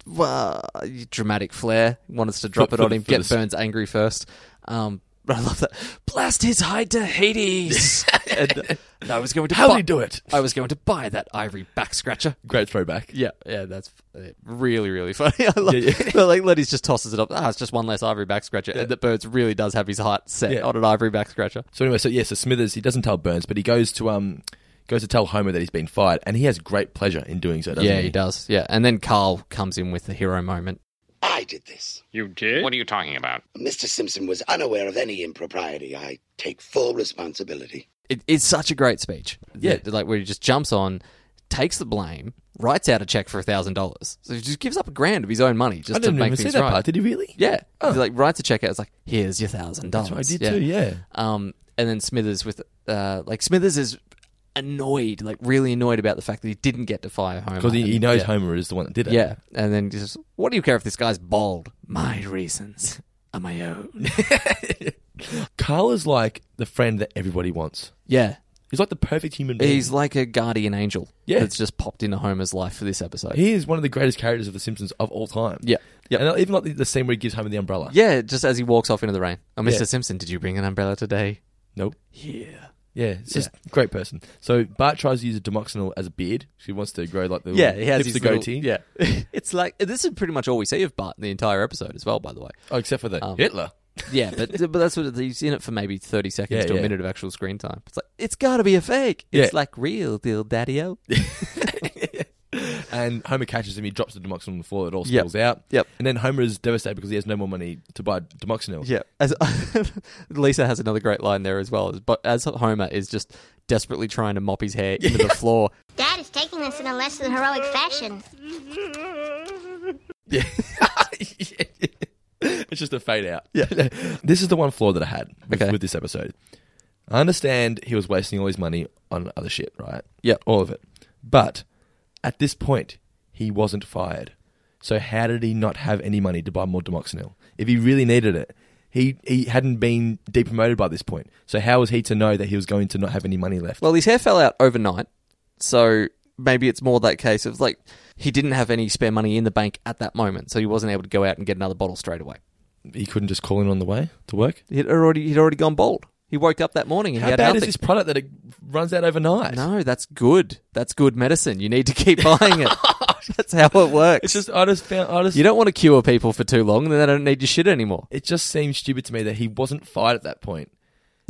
Speaker 1: Well, dramatic flair. Wants to drop
Speaker 2: For-
Speaker 1: it on
Speaker 2: for-
Speaker 1: him.
Speaker 2: for
Speaker 1: Get
Speaker 2: this-
Speaker 1: Burns angry first. Um, but I love that. Blast his hide to Hades. and, uh, I was going to.
Speaker 2: How
Speaker 1: buy-
Speaker 2: did he do it?
Speaker 1: I was going to buy that ivory back scratcher.
Speaker 2: Great throwback.
Speaker 1: Yeah, yeah, that's uh, really, really funny. I love,
Speaker 2: Yeah, yeah.
Speaker 1: but like Letty's just tosses it up. Ah, it's just one less ivory back scratcher.
Speaker 2: Yeah.
Speaker 1: And that Burns really does have his heart set
Speaker 2: Yeah.
Speaker 1: on an ivory back scratcher.
Speaker 2: So anyway, so yeah, so Smithers he doesn't tell Burns, but he goes to um goes to tell Homer that he's been fired, and he has great pleasure in doing so. Doesn't
Speaker 1: yeah, he does. Yeah, and then Carl comes in with the hero moment.
Speaker 4: I did this.
Speaker 3: You did?
Speaker 6: What are you talking about?
Speaker 4: Mr. Simpson was unaware of any impropriety. I take full responsibility.
Speaker 1: It, it's such a great speech.
Speaker 2: Yeah.
Speaker 1: That- like where he just jumps on, takes the blame, writes out a check for a thousand dollars. So he just gives up a grand of his own money just
Speaker 2: I
Speaker 1: to
Speaker 2: didn't
Speaker 1: make
Speaker 2: even see
Speaker 1: things
Speaker 2: that
Speaker 1: right.
Speaker 2: part. Did he really?
Speaker 1: Yeah,
Speaker 2: Oh.
Speaker 1: he like writes a check out. It's like here's your thousand dollars.
Speaker 2: That's what I did too. Yeah.
Speaker 1: Um, and then Smithers with uh, like Smithers is annoyed, like really annoyed about the fact that he didn't get to fire Homer
Speaker 2: Because he, he knows
Speaker 1: yeah.
Speaker 2: Homer is the one that did it.
Speaker 1: Yeah, and then he says, "What do you care if this guy's bald? My reasons are my own."
Speaker 2: Carl is like the friend that everybody wants.
Speaker 1: yeah,
Speaker 2: He's like the perfect human being.
Speaker 1: he's like a guardian angel.
Speaker 2: Yeah.
Speaker 1: that's just popped into Homer's life for this episode.
Speaker 2: he is one of the greatest characters of The Simpsons of all time.
Speaker 1: Yeah. Yeah.
Speaker 2: And uh, even like the, the scene where he gives Homer the umbrella.
Speaker 1: yeah, just as he walks off into the rain. Oh, Mr.
Speaker 2: Yeah.
Speaker 1: Simpson, did you bring an umbrella today?
Speaker 2: Nope.
Speaker 1: Yeah.
Speaker 2: Yeah. It's just a great person. So Bart tries to use a demoxynil as a beard. She wants to grow like the
Speaker 1: Yeah, he has
Speaker 2: tips
Speaker 1: his
Speaker 2: the
Speaker 1: little-
Speaker 2: goatee.
Speaker 1: yeah, it's like this is pretty much all we see of Bart in the entire episode as well. By the way,
Speaker 2: Oh, except for the
Speaker 1: Um,
Speaker 2: Hitler.
Speaker 1: yeah, but but that's what he's in it for maybe thirty seconds
Speaker 2: Yeah,
Speaker 1: to a
Speaker 2: yeah.
Speaker 1: minute of actual screen time. It's like it's got to be a fake. It's
Speaker 2: Yeah.
Speaker 1: like real deal, Daddy O.
Speaker 2: And Homer catches him. He drops the Demoxynil on the floor. It all
Speaker 1: Yep.
Speaker 2: spills out.
Speaker 1: Yep.
Speaker 2: And then Homer is devastated because he has no more money to buy Demoxynil.
Speaker 1: Yeah, as Lisa has another great line there as well. But as Homer is just desperately trying to mop his hair into the floor,
Speaker 9: Dad is taking this in a less than heroic fashion.
Speaker 2: Yeah. it's just a fade out. Yeah. this is the one flaw that I had with,
Speaker 1: Okay.
Speaker 2: with this episode. I understand he was wasting all his money on other shit, right?
Speaker 1: Yeah.
Speaker 2: All of it. But at this point, he wasn't fired. So how did he not have any money to buy more Demoxynil? If he really needed it, he, he hadn't been depromoted by this point. So how was he to know that he was going to not have any money left?
Speaker 1: well, his hair fell out overnight. So maybe it's more that case of like he didn't have any spare money in the bank at that moment, so he wasn't able to go out and get another bottle straight away.
Speaker 2: he couldn't just call in on the way to work?
Speaker 1: He'd already he'd already gone bald. He woke up that morning and
Speaker 2: How
Speaker 1: he had
Speaker 2: bad
Speaker 1: nothing.
Speaker 2: is this product that it runs out overnight?
Speaker 1: No, that's good. That's good medicine. You need to keep buying it. that's how it works.
Speaker 2: It's just I just found I just
Speaker 1: you don't want to cure people for too long, then they don't need your shit anymore.
Speaker 2: it just seems stupid to me that he wasn't fired at that point.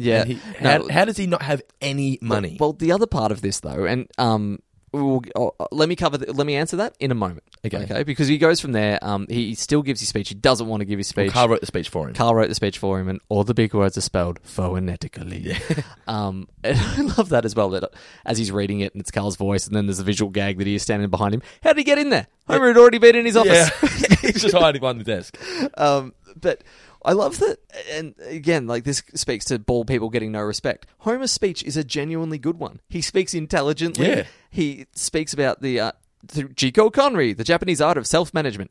Speaker 1: Yeah.
Speaker 2: And he,
Speaker 1: No,
Speaker 2: how, how does he not have any money?
Speaker 1: Well, the other part of this though, and um, we'll, oh, oh, let me cover. The, let me answer that in a moment.
Speaker 2: Okay.
Speaker 1: Because he goes from there. Um, he still gives his speech. He doesn't want to give his speech.
Speaker 2: Carl wrote the speech for him.
Speaker 1: Carl wrote the speech for him, and all the big words are spelled phonetically. um, and I love that as well. That as he's reading it, and it's Carl's voice, and then there's a visual gag that he is standing behind him. How did he get in there? Homer had already been in his office.
Speaker 2: yeah, he's just hiding behind the desk.
Speaker 1: Um, but I love that, and again, like this speaks to bald people getting no respect. Homer's speech is a genuinely good one. He speaks intelligently.
Speaker 2: Yeah.
Speaker 1: He speaks about the uh, through Jiko Konri, the Japanese art of self-management.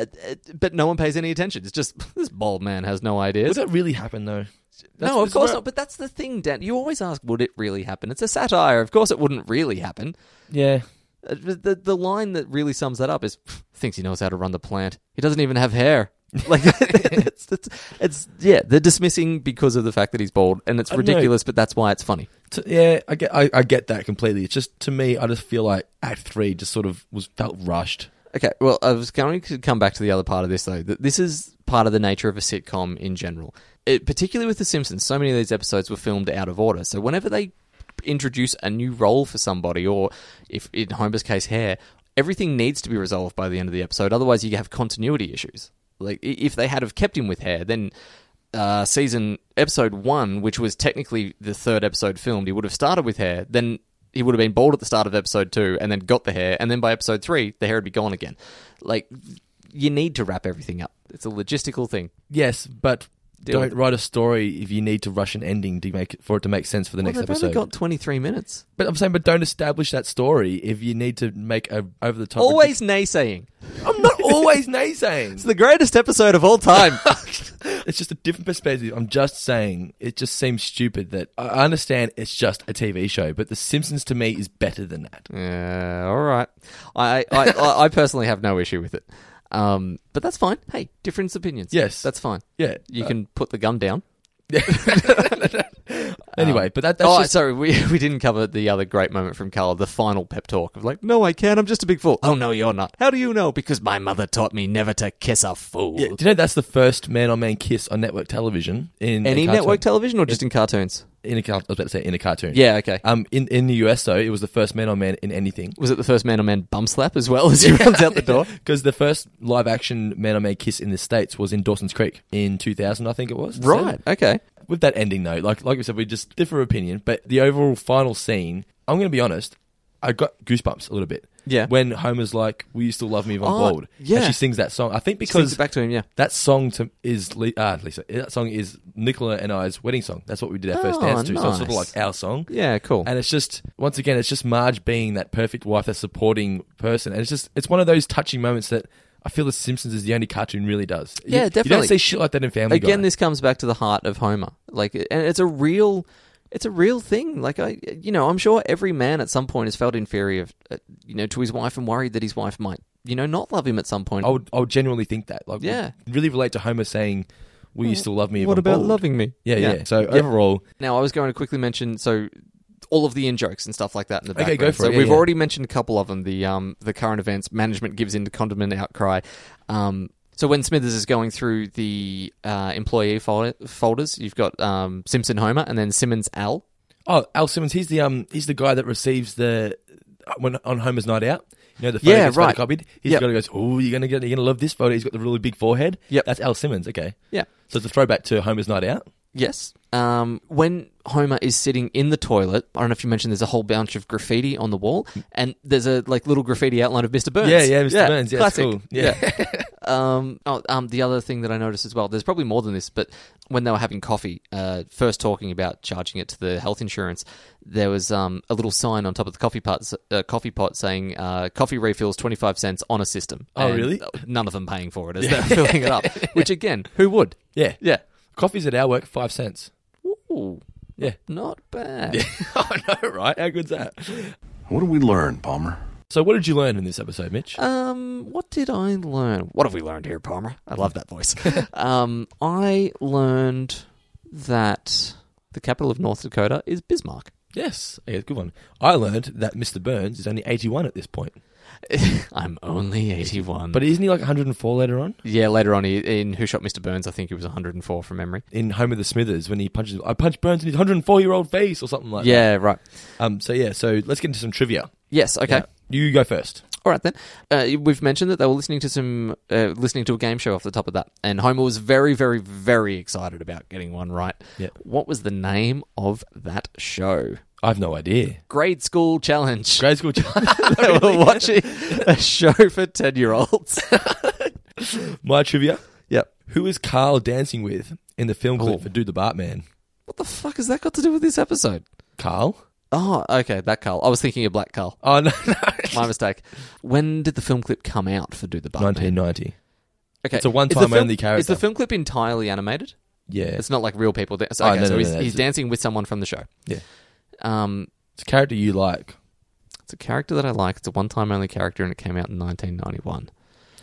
Speaker 1: Uh, uh, but no one pays any attention. It's just this bald man has no ideas.
Speaker 2: Would that really happen though? That's-
Speaker 1: no, of
Speaker 2: that's
Speaker 1: course
Speaker 2: where-
Speaker 1: not. But that's the thing, Dan. You always ask, "Would it really happen?" It's a satire. Of course, it wouldn't really happen.
Speaker 2: Yeah,
Speaker 1: Uh, The the line that really sums that up is thinks he knows how to run the plant. He doesn't even have hair. Like it's, it's, it's yeah, they're dismissing because of the fact that he's bald, and it's
Speaker 2: I know.
Speaker 1: ridiculous. But that's why it's funny.
Speaker 2: T- yeah, I get, I, I get that completely. It's just to me, I just feel like Act Three just sort of was felt rushed.
Speaker 1: Okay, well, I was going to come back to the other part of this though. That this is part of the nature of a sitcom in general, it, particularly with The Simpsons. So many of these episodes were filmed out of order. So whenever they introduce a new role for somebody, or if in Homer's case, hair, everything needs to be resolved by the end of the episode. Otherwise, you have continuity issues. Like i- if they had have kept him with hair, then uh, season episode one, which was technically the third episode filmed, he would have started with hair. Then he would have been bald at the start of episode two, and then got the hair, and then by episode three, the hair would be gone again. Like you need to wrap everything up. It's a logistical thing.
Speaker 2: Yes, but
Speaker 1: Deal with
Speaker 2: don't write a story if you need to rush an ending to make for it to make sense for the next
Speaker 1: well, they've
Speaker 2: episode.
Speaker 1: only got twenty three minutes.
Speaker 2: but I'm saying, but don't establish that story if you need to make a over the top.
Speaker 1: Always naysaying.
Speaker 2: I'm not always naysaying.
Speaker 1: It's the greatest episode of all time.
Speaker 2: it's just a different perspective. I'm just saying, it just seems stupid that I understand it's just a TV show, but The Simpsons to me is better than that.
Speaker 1: Mm. Yeah, all right. I, I, I, I personally have no issue with it. Um, but that's fine. Hey, difference opinions.
Speaker 2: Yes.
Speaker 1: That's fine.
Speaker 2: Yeah.
Speaker 1: You can put the gum down.
Speaker 2: uh, Anyway, but that, that's
Speaker 1: oh,
Speaker 2: just
Speaker 1: sorry, we, we didn't cover the other great moment from Carl, the final pep talk of like, no, I can't, I'm just a big fool. Oh, no, you're not. How do you know? Because my mother taught me never to kiss a fool.
Speaker 2: Yeah, do you know that's the first man on man kiss on network television in a
Speaker 1: Any
Speaker 2: cartoon-
Speaker 1: network television or just in cartoons?
Speaker 2: in a car- I was about to say in a cartoon.
Speaker 1: Yeah, okay. Uh,
Speaker 2: Um, in in the US though, it was the first man on man in anything
Speaker 1: Was it the first man on man bum slap as well as he runs out the door?
Speaker 2: because the first live action man on man kiss in the states was in Dawson's Creek in 2000, I think it was.
Speaker 1: Right, okay.
Speaker 2: With that ending though, like like we said, we just differ opinion, but the overall final scene, I'm going to be honest, I got goosebumps a little bit.
Speaker 1: Yeah.
Speaker 2: When Homer's like, "Will you still love me if I'm
Speaker 1: Oh,
Speaker 2: bald?"
Speaker 1: yeah.
Speaker 2: And she sings that song. I think
Speaker 1: Sings
Speaker 2: because
Speaker 1: it back to him, yeah.
Speaker 2: That song to is Le- uh, Lisa. That song is Nicola and I's wedding song. That's what we did our first
Speaker 1: Oh,
Speaker 2: dance to. So it's sort of
Speaker 1: nice.
Speaker 2: like our song.
Speaker 1: Yeah, cool.
Speaker 2: And it's just once again, it's just Marge being that perfect wife, that supporting person. And it's just it's one of those touching moments that I feel The Simpsons is the only cartoon really does. You-
Speaker 1: Yeah,
Speaker 2: You don't
Speaker 1: definitely.
Speaker 2: see shit like that in Family
Speaker 1: again
Speaker 2: Guy.
Speaker 1: this comes back to the heart of homer like and it's a real it's a real thing like i you know i'm sure every man at some point has felt inferior uh, you know to his wife and worried that his wife might you know not love him at some point
Speaker 2: I would I would genuinely think that. Like,
Speaker 1: Yeah.
Speaker 2: really relate to Homer saying, "Will you still love me?" If
Speaker 1: what
Speaker 2: I'm
Speaker 1: about
Speaker 2: bald?"
Speaker 1: loving me
Speaker 2: Yeah, yeah. So
Speaker 1: Yeah.
Speaker 2: overall,
Speaker 1: now i was going to quickly mention so all of the in jokes and stuff like that in the
Speaker 2: Okay,
Speaker 1: background.
Speaker 2: go for
Speaker 1: so
Speaker 2: it. Yeah,
Speaker 1: we've
Speaker 2: yeah.
Speaker 1: already mentioned a couple of them. The um the current events management gives in to condiment outcry. Um, so when Smithers is going through the uh, employee folder, folders, you've got um, Simpson Homer and then Simmons Al.
Speaker 2: oh, Al Simmons, he's the um he's the guy that receives the when on Homer's night out. You know the photo
Speaker 1: Yeah,
Speaker 2: gets
Speaker 1: right.
Speaker 2: photocopied. He's
Speaker 1: Yep.
Speaker 2: the guy who goes, "Oh, you're gonna get, you're gonna love this photo." He's got the really big forehead.
Speaker 1: Yep.
Speaker 2: that's Al Simmons. Okay,
Speaker 1: Yeah.
Speaker 2: so it's a throwback to Homer's night out.
Speaker 1: Yes. Um, when Homer is sitting in the toilet, I don't know if you mentioned there's a whole bunch of graffiti on the wall, and there's a like little graffiti outline of Mr. Burns.
Speaker 2: Mm. Yeah, yeah, Mr. Burns. Yeah, it's
Speaker 1: classic.
Speaker 2: cool. Yeah.
Speaker 1: um, oh, um, the other thing that I noticed as well, there's probably more than this, but when they were having coffee, uh, first talking about charging it to the health insurance, there was um, a little sign on top of the coffee pot, uh, coffee pot saying uh, "coffee refills 25 cents on a system."
Speaker 2: Oh,
Speaker 1: And
Speaker 2: really?
Speaker 1: None of them paying for it as they're filling it up. Which again, who would?
Speaker 2: Yeah.
Speaker 1: Yeah.
Speaker 2: Coffee's at our work, five cents.
Speaker 1: Ooh,
Speaker 2: Yeah.
Speaker 1: not bad.
Speaker 2: oh, no, right? How good's that?
Speaker 10: What did we learn, Palmer?
Speaker 2: So, what did you learn in this episode, Mitch?
Speaker 1: Um, what did I learn? What have we learned here, Palmer? I love that voice. um, I learned that the capital of North Dakota is Bismarck.
Speaker 2: yes. Okay, good one. I learned that Mr. Burns is only 81 at this point.
Speaker 1: I'm only 81.
Speaker 2: But
Speaker 1: But
Speaker 2: isn't he like 104 later on?
Speaker 1: yeah, later on he, in Who Shot Mr. Burns, I think he was 104 from memory.
Speaker 2: In Home of the Smithers, when he punches, I punch Burns in his 104 year old face or something like
Speaker 1: Yeah, right.
Speaker 2: that. Um, so, yeah, so let's get into some trivia.
Speaker 1: Yes, okay.
Speaker 2: Yeah. You go first.
Speaker 1: All right then. Uh, we've mentioned that they were listening to some uh, listening to a game show off the top of that, and Homer was very, very, very excited about getting one right.
Speaker 2: Yeah.
Speaker 1: What was the name of that show?
Speaker 2: I have no idea.
Speaker 1: Grade School Challenge.
Speaker 2: Grade school.
Speaker 1: they were watching a show for 10 year olds.
Speaker 2: My trivia.
Speaker 1: yep.
Speaker 2: Who is Carl dancing with in the film clip
Speaker 1: Oh.
Speaker 2: for Do the Bartman?
Speaker 1: What the fuck has that got to do with this episode?
Speaker 2: Carl?
Speaker 1: Oh, okay, that Carl. I was thinking of Black Carl.
Speaker 2: Oh, no, no.
Speaker 1: My mistake. When did the film clip come out for Do the Bartman?
Speaker 2: 1990.
Speaker 1: Okay.
Speaker 2: It's a one-time
Speaker 1: Is the film-
Speaker 2: only character.
Speaker 1: Is the film clip entirely animated?
Speaker 2: Yeah.
Speaker 1: It's not like real people. Dan- so,
Speaker 2: Oh,
Speaker 1: okay,
Speaker 2: no,
Speaker 1: so
Speaker 2: no,
Speaker 1: he's,
Speaker 2: no,
Speaker 1: he's
Speaker 2: it's-
Speaker 1: dancing with someone from the show.
Speaker 2: Yeah.
Speaker 1: Um,
Speaker 2: It's a character you like.
Speaker 1: it's a character that I like. It's a one time only character, and it came out in 1991.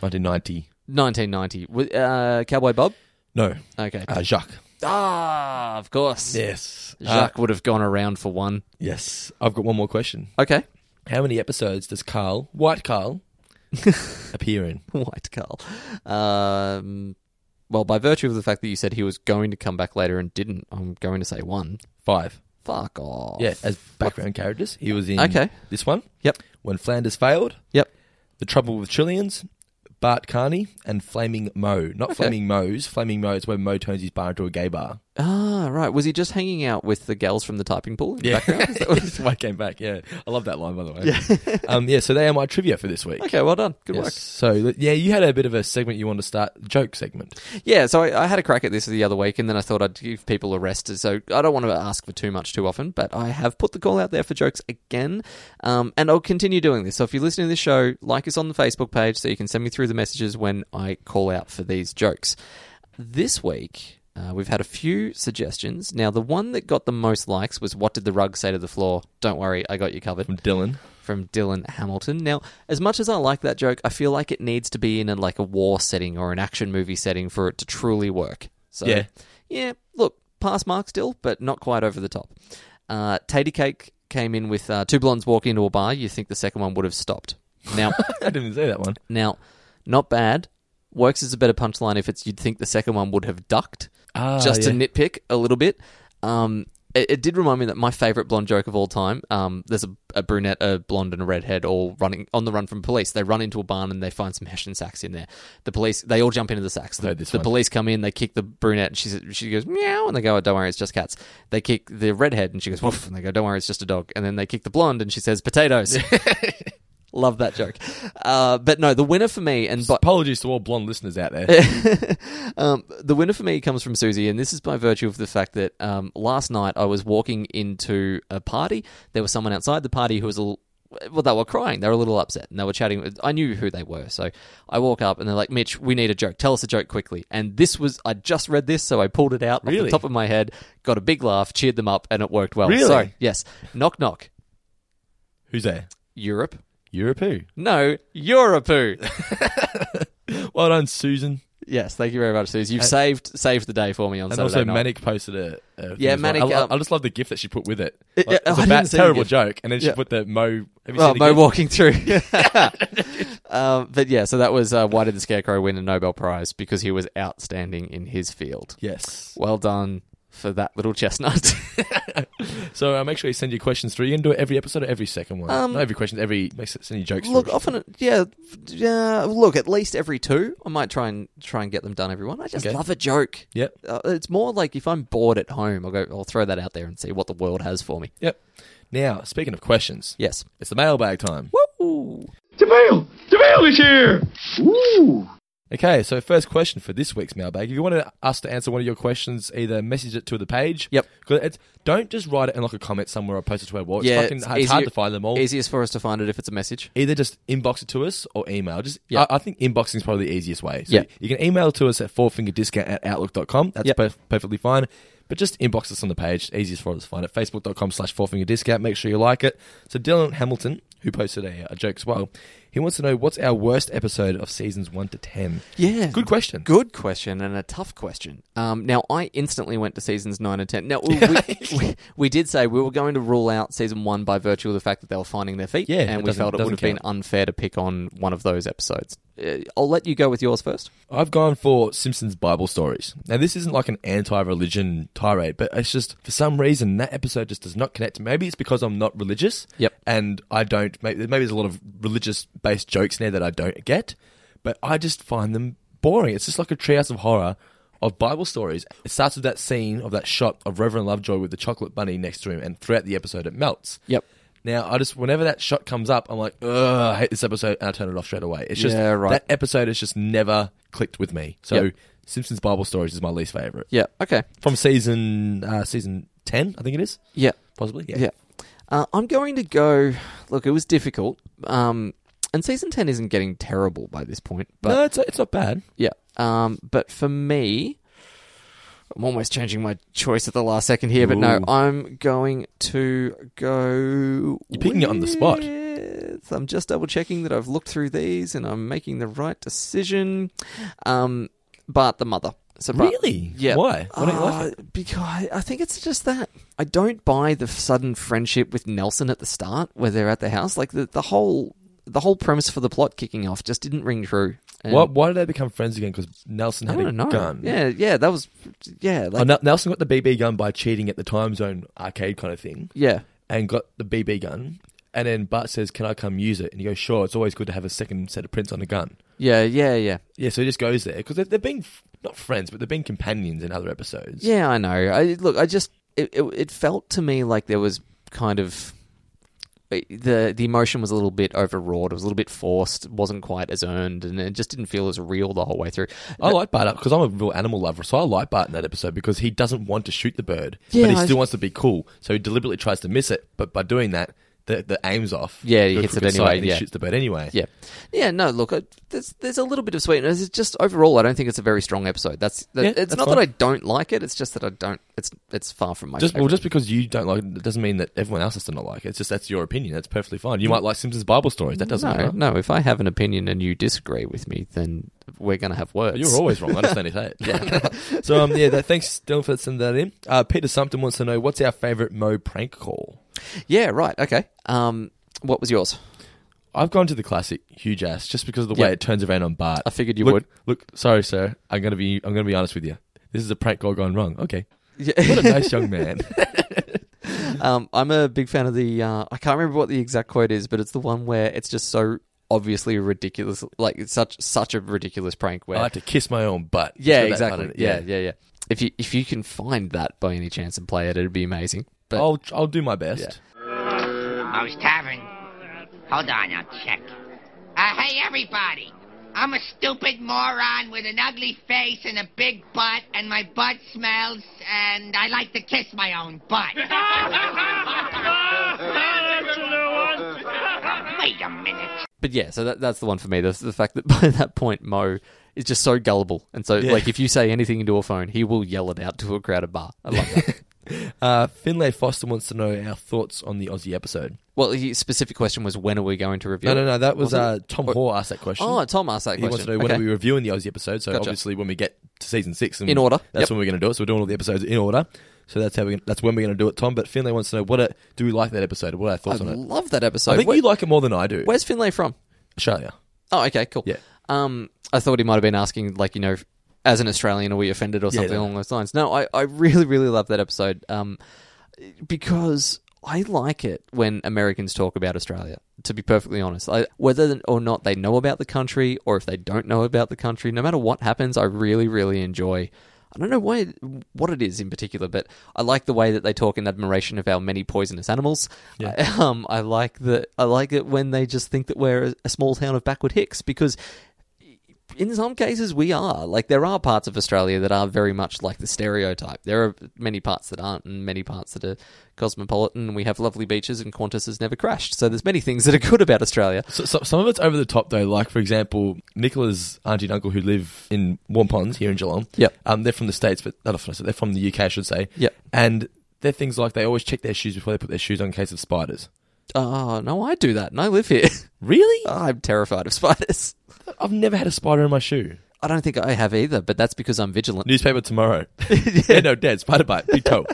Speaker 2: 1990.
Speaker 1: 1990. With, Uh, Cowboy Bob?
Speaker 2: No,
Speaker 1: Okay.
Speaker 2: uh, Jacques.
Speaker 1: ah, of course.
Speaker 2: Yes.
Speaker 1: Jacques would have gone around for one.
Speaker 2: yes. I've got one more question.
Speaker 1: Okay.
Speaker 2: How many episodes does Carl, White Carl, appear in?
Speaker 1: White Carl. Um, well, by virtue of the fact that you said he was going to come back later and didn't, I'm going to say one.
Speaker 2: Five.
Speaker 1: Fuck off.
Speaker 2: Yeah, as background characters. He was in
Speaker 1: Okay.
Speaker 2: this one.
Speaker 1: Yep.
Speaker 2: When Flanders failed,
Speaker 1: Yep.
Speaker 2: The Trouble with Trillions, Bart Carney and Flaming Mo. Not Flaming Moe's. Flaming Mo is where Mo turns his bar into a gay bar.
Speaker 1: Ah, right. Was he just hanging out with the gals from the typing pool? in the background? Is that what-
Speaker 2: That's why I came back. Yeah, I love that line by the way. Yeah, um, yeah. So they are my trivia for this week.
Speaker 1: okay, well done. Good
Speaker 2: Yes.
Speaker 1: work.
Speaker 2: So yeah, you had a bit of a segment you wanted to start joke segment.
Speaker 1: Yeah, so I, I had a crack at this the other week, and then I thought I'd give people a rest. So I don't want to ask for too much too often, but I have put the call out there for jokes again, um, and I'll continue doing this. So if you're listening to this show, like us on the Facebook page, so you can send me through the messages when I call out for these jokes. This week. Uh, we've had a few suggestions. Now, the one that got the most likes was What Did the Rug Say to the Floor? Don't worry, I got you covered
Speaker 2: Dylan.
Speaker 1: from Dylan Hamilton. Now, as much as I like that joke, I feel like it needs to be in a, like a war setting or an action movie setting for it to truly work. So,
Speaker 2: Yeah.
Speaker 1: yeah, look, pass mark still, but not quite over the top. Uh, Tatty Cake came in with uh, two blondes walk into a bar. You think the second one would have stopped? Now,
Speaker 2: I didn't say that one.
Speaker 1: now, not bad. Works as a better punchline if it's you'd think the second one would have ducked.
Speaker 2: Ah,
Speaker 1: just to
Speaker 2: yeah.
Speaker 1: nitpick a little bit. Um, it, it did remind me that my favorite blonde joke of all time. Um, there's a, a brunette, a blonde, and a redhead all running on the run from police. They run into a barn and they find some Hessian sacks in there. The police, they all jump into the sacks. The,
Speaker 2: heard this
Speaker 1: the
Speaker 2: one.
Speaker 1: police come in, they kick the brunette, and she she goes meow, and they go, oh, "Don't worry, it's just cats." They kick the redhead, and she goes woof, and they go, "Don't worry, it's just a dog." And then they kick the blonde, and she says potatoes. Love that joke. Uh, but no, the winner for me, and by,
Speaker 2: Apologies to all blonde listeners out there.
Speaker 1: um, the winner for me comes from Susie, and this is by virtue of the fact that um, last night I was walking into a party. There was someone outside the party who was a little, well, they were crying. They were a little upset, and they were chatting. I knew who they were, so I walk up and they're like, "Mitch, we need a joke. Tell us a joke quickly." And this was I just read this, so I pulled it out off
Speaker 2: Really?
Speaker 1: the top of my head, got a big laugh, cheered them up, and it worked well.
Speaker 2: Really?
Speaker 1: So yes, knock knock,
Speaker 2: Who's there?
Speaker 1: Europe.
Speaker 2: Europe. who?
Speaker 1: No, Europoo.
Speaker 2: Well done, Susan.
Speaker 1: yes, thank you very much, Susie. You've saved saved the day for me on
Speaker 2: Uh, And
Speaker 1: Saturday
Speaker 2: also,
Speaker 1: night.
Speaker 2: Manic posted a. a thing
Speaker 1: Yeah,
Speaker 2: as well.
Speaker 1: Manic,
Speaker 2: I, lo-
Speaker 1: um,
Speaker 2: I just love the gift that she put with it.
Speaker 1: It-
Speaker 2: Like,
Speaker 1: yeah,
Speaker 2: it's
Speaker 1: I
Speaker 2: a
Speaker 1: didn't
Speaker 2: bad,
Speaker 1: see the
Speaker 2: terrible
Speaker 1: gift.
Speaker 2: joke, and then she
Speaker 1: Yeah.
Speaker 2: put the Mo. Have you
Speaker 1: Oh,
Speaker 2: seen the
Speaker 1: Mo
Speaker 2: gift?
Speaker 1: walking through. um, but yeah, so that was uh, why did the Scarecrow win a Nobel Prize? Because he was outstanding in his field.
Speaker 2: Yes.
Speaker 1: Well done for that little chestnut.
Speaker 2: So uh, make sure you send your questions through. You can do it every episode or every second one. Not every question, every. Make, send your jokes
Speaker 1: Um, look,
Speaker 2: through.
Speaker 1: often, yeah, yeah. Look, at least every two, I might try and try and get them done. Everyone, I just
Speaker 2: Okay.
Speaker 1: love a joke.
Speaker 2: Yep.
Speaker 1: Uh, it's more like if I'm bored at home, I'll go. I'll throw that out there and see what the world has for me.
Speaker 2: Yep. Now, speaking of questions,
Speaker 1: Yes.
Speaker 2: it's the mailbag time.
Speaker 3: DeVille! DeVille is here! Ooh!
Speaker 2: Okay, so first question for this week's mailbag. If you want us to answer one of your questions, either message it to the page.
Speaker 1: Yep.
Speaker 2: 'Cause It's, don't just write it in like a comment somewhere or post it to our wall. It's
Speaker 1: yeah,
Speaker 2: fucking it's hard to find them all.
Speaker 1: Easiest for us to find it if it's a message.
Speaker 2: Either just inbox it to us or email. Just
Speaker 1: Yeah.
Speaker 2: I, I think inboxing is probably the easiest way. So
Speaker 1: Yeah.
Speaker 2: You can email to us at fourfingerdiscount at outlook.com. That's
Speaker 1: Yep.
Speaker 2: per- perfectly fine. But just inbox us on the page. Easiest for us to find it. Facebook.com slash fourfingerdiscount. Make sure you like it. So Dylan Hamilton, who posted a, a joke as well, he wants to know what's our worst episode of seasons 1 to 10?
Speaker 1: Yeah.
Speaker 2: Good question.
Speaker 1: Good question and a tough question. Um, now, I instantly went to seasons nine and ten. Now, we, we, we did say we were going to rule out season one by virtue of the fact that they were finding their feet,
Speaker 2: Yeah, it
Speaker 1: and we
Speaker 2: doesn't-
Speaker 1: felt it would
Speaker 2: doesn't
Speaker 1: have been
Speaker 2: count.
Speaker 1: unfair to pick on one of those episodes. Uh, I'll let you go with yours first.
Speaker 2: I've gone for Simpsons Bible stories. Now, this isn't like an anti religion tirade, but it's just for some reason that episode just does not connect. Maybe it's because I'm not religious.
Speaker 1: Yep.
Speaker 2: And I don't, maybe, maybe there's a lot of religious based jokes in there that I don't get, but I just find them boring. It's just like a treehouse of horror of Bible stories. It starts with that scene of that shot of Reverend Lovejoy with the chocolate bunny next to him, and throughout the episode, it melts.
Speaker 1: Yep.
Speaker 2: Now, I just whenever that shot comes up, I'm like, ugh, I hate this episode, and I turn it off straight away. It's just
Speaker 1: Yeah, right.
Speaker 2: that episode has just never clicked with me. So,
Speaker 1: Yep.
Speaker 2: Simpsons Bible Stories is my least favorite
Speaker 1: Yeah. Okay.
Speaker 2: from season uh, season ten, I think it is
Speaker 1: Yeah.
Speaker 2: possibly. Yeah.
Speaker 1: Yeah. Uh, I'm going to go. Look, it was difficult. Um, and season ten isn't getting terrible by this point, but
Speaker 2: no, it's it's not bad.
Speaker 1: Yeah. Um, but for me, I'm almost changing my choice at the last second here, but no,
Speaker 2: Ooh.
Speaker 1: I'm going to go.
Speaker 2: You're picking it on the spot.
Speaker 1: with- I'm just double checking that I've looked through these and I'm making the right decision. Um, Bart the mother. So Bart-
Speaker 2: Really?
Speaker 1: Yeah.
Speaker 2: Why? Why don't you like
Speaker 1: Uh, Because I think it's just that I don't buy the sudden friendship with Nelson at the start where they're at the house. Like the, the whole the whole premise for the plot kicking off just didn't ring true. And-
Speaker 2: Why, why did they become friends again? Because Nelson
Speaker 1: I
Speaker 2: had a
Speaker 1: don't know.
Speaker 2: gun.
Speaker 1: Yeah, yeah, that was yeah,
Speaker 2: Oh,
Speaker 1: like
Speaker 2: Nel- Nelson got the BB gun by cheating at the time zone arcade kind of thing,
Speaker 1: yeah,
Speaker 2: and got the BB gun. And then Bart says, "Can I come use it?" And you go, "Sure." It's always good to have a second set of prints on a gun.
Speaker 1: Yeah, yeah, yeah.
Speaker 2: Yeah, so he just goes there because they're, they're being f- not friends, but they're being companions in other episodes.
Speaker 1: Yeah, I know. I look, I just it, it it felt to me like there was kind of eh, the the emotion was a little bit overwrought. It was a little bit forced. wasn't quite as earned, and it just didn't feel as real the whole way through.
Speaker 2: I like Bart because I'm a real animal lover, so I like Bart in that episode because he doesn't want to shoot the bird,
Speaker 1: Yeah,
Speaker 2: but he
Speaker 1: I-
Speaker 2: still wants to be cool. So he deliberately tries to miss it, but by doing that, the, the aim's off.
Speaker 1: Yeah, he
Speaker 2: Goes
Speaker 1: hits it
Speaker 2: crooked side
Speaker 1: anyway,
Speaker 2: and
Speaker 1: yeah.
Speaker 2: he shoots the bird anyway.
Speaker 1: Yeah, yeah. No, look, I, there's there's a little bit of sweetness. It's just overall, I don't think it's a very strong episode. That's that,
Speaker 2: Yeah,
Speaker 1: it's
Speaker 2: that's
Speaker 1: not
Speaker 2: fine.
Speaker 1: that I don't like it. It's just that I don't. It's it's far from my.
Speaker 2: Just well,
Speaker 1: favorite.
Speaker 2: just because you don't like it doesn't mean that everyone else has to not like it. It's just that's your opinion. That's perfectly fine. You might like Simpsons Bible stories. That doesn't
Speaker 1: no,
Speaker 2: matter.
Speaker 1: no. If I have an opinion and you disagree with me, then we're gonna have words.
Speaker 2: You're always wrong. I understand it. yeah. so um, yeah, that, thanks Dylan for sending that in. Uh, Peter Sumpton wants to know what's our favourite Mo prank call.
Speaker 1: yeah, right. Okay. Um, what was yours?
Speaker 2: I've gone to the classic huge ass just because of the way
Speaker 1: Yep.
Speaker 2: it turns around on Bart.
Speaker 1: I figured you
Speaker 2: look,
Speaker 1: would.
Speaker 2: Look, sorry, sir. I'm gonna be. I'm gonna be honest with you. This is a prank call gone wrong. Okay.
Speaker 1: Yeah.
Speaker 2: What a nice young man.
Speaker 1: Um, I'm a big fan of the. Uh, I can't remember what the exact quote is, but it's the one where it's just so obviously ridiculous, like it's such such a ridiculous prank. Where
Speaker 2: Oh, I like to kiss my own butt.
Speaker 1: yeah,
Speaker 2: It's got that
Speaker 1: exactly,
Speaker 2: kind of-
Speaker 1: yeah. yeah, yeah, If you if you can find that by any chance and play it, it'd be amazing. But
Speaker 2: I'll I'll do my best.
Speaker 1: Yeah.
Speaker 7: Moe's Oh, Tavern. Hold on, I'll check. Uh, hey, everybody. I'm a stupid moron with an ugly face and a big butt, and my butt smells, and I like to kiss my own butt. Wait a minute.
Speaker 1: but yeah, so that, that's the one for me. The, the fact that by that point Mo is just so gullible, and so like if you say anything into a phone, he will yell it out to a crowded bar. I love that.
Speaker 2: Uh, Finlay Foster wants to know our thoughts on the Aussie episode.
Speaker 1: well, his specific question was when are we going to review?
Speaker 2: No,
Speaker 1: it?
Speaker 2: no, no. That was
Speaker 1: Wasn't
Speaker 2: uh,
Speaker 1: it?
Speaker 2: Tom
Speaker 1: Or-
Speaker 2: Hoare asked that question.
Speaker 1: Oh, Tom asked that
Speaker 2: He
Speaker 1: question.
Speaker 2: wants to know when
Speaker 1: Okay.
Speaker 2: are we reviewing the Aussie episode. So
Speaker 1: Gotcha.
Speaker 2: obviously, when we get to season six, and
Speaker 1: In order.
Speaker 2: that's
Speaker 1: Yep.
Speaker 2: when we're going to do it. So we're doing all the episodes in order. So that's how we. That's when we're going to do it, Tom. But Finlay wants to know what a, do we like that episode? What are our
Speaker 1: I
Speaker 2: thoughts on it?
Speaker 1: love that episode.
Speaker 2: I think
Speaker 1: Where-
Speaker 2: you like it more than I do.
Speaker 1: where's Finlay from?
Speaker 2: Australia?
Speaker 1: Oh, okay, cool.
Speaker 2: Yeah.
Speaker 1: Um, I thought he might have been asking, like, you know, as an Australian, are we offended or
Speaker 2: Yeah,
Speaker 1: something
Speaker 2: yeah.
Speaker 1: along those lines? No, I, I really, really love that episode um, because I like it when Americans talk about Australia, to be perfectly honest. I, whether or not they know about the country or if they don't know about the country, no matter what happens, I really, really enjoy. I don't know why, what it is in particular, but I like the way that they talk in admiration of our many poisonous animals. I, um, I like that. I like it when they just think that we're a, a small town of backward hicks because in some cases we are like there are parts of australia that are very much like the stereotype there are many parts that aren't and many parts that are cosmopolitan we have lovely beaches and qantas has never crashed so there's many things that are good about australia
Speaker 2: So, so, some of it's over the top though. Like for example, Nicola's auntie and uncle who live in Warm Ponds here in Geelong.
Speaker 1: Yep.
Speaker 2: Um, they're from the states, but not from the States, they're from the UK, I should say.
Speaker 1: Yep.
Speaker 2: And they're things like they always check their shoes before they put their shoes on in case of spiders.
Speaker 1: oh no i do that and i live here Oh,
Speaker 2: Really?
Speaker 1: i'm terrified of spiders
Speaker 2: I've never had a spider in my shoe.
Speaker 1: i don't think i have either but that's because i'm vigilant
Speaker 2: Newspaper tomorrow. yeah. no, dead spider bite, big toe.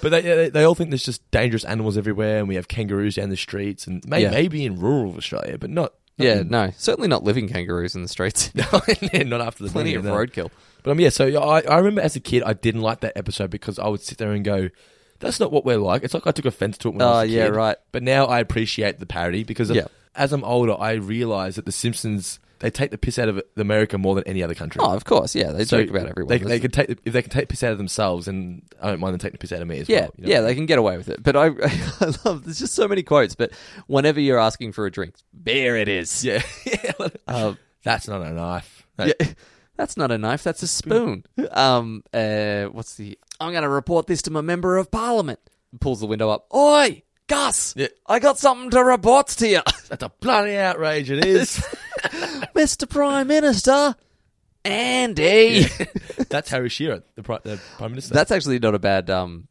Speaker 2: but they, they they all think there's just dangerous animals everywhere, and we have kangaroos down the streets, and may,
Speaker 1: Yeah.
Speaker 2: maybe in rural Australia, but not. not
Speaker 1: yeah
Speaker 2: in-
Speaker 1: no certainly not living kangaroos in the streets
Speaker 2: not after the movie,
Speaker 1: plenty of
Speaker 2: no.
Speaker 1: roadkill
Speaker 2: But um, yeah, so yeah, I, I remember as a kid, I didn't like that episode because I would sit there and go, "That's not what we're like." It's like I took offense to it when I was a
Speaker 1: Oh, yeah,
Speaker 2: kid.
Speaker 1: right.
Speaker 2: But now I appreciate the parody because
Speaker 1: Yeah.
Speaker 2: as I'm older, I realize that the Simpsons they take the piss out of America more than any other country.
Speaker 1: oh of course yeah they
Speaker 2: So
Speaker 1: joke about everyone
Speaker 2: They,
Speaker 1: That's-
Speaker 2: they can take the, if they can take piss out of themselves, and I don't mind them taking the piss out of me as
Speaker 1: Yeah,
Speaker 2: well. you know?
Speaker 1: yeah, they can get away with it. But I, I love there's just so many quotes. But whenever you're asking for a drink, beer it is.
Speaker 2: yeah, yeah.
Speaker 1: Um,
Speaker 2: That's not a knife. No,
Speaker 1: yeah. That's not a knife. That's a spoon. Um, uh, what's the? I'm going to report this to my member of parliament. Pulls the window up. Oi, Gus!
Speaker 2: Yeah.
Speaker 1: I got something to report to you,
Speaker 2: That's a bloody outrage. It is.
Speaker 1: Mr. Prime Minister. Andy.
Speaker 2: That's Harry Shearer, the, pri- the prime minister.
Speaker 1: That's actually not a bad um,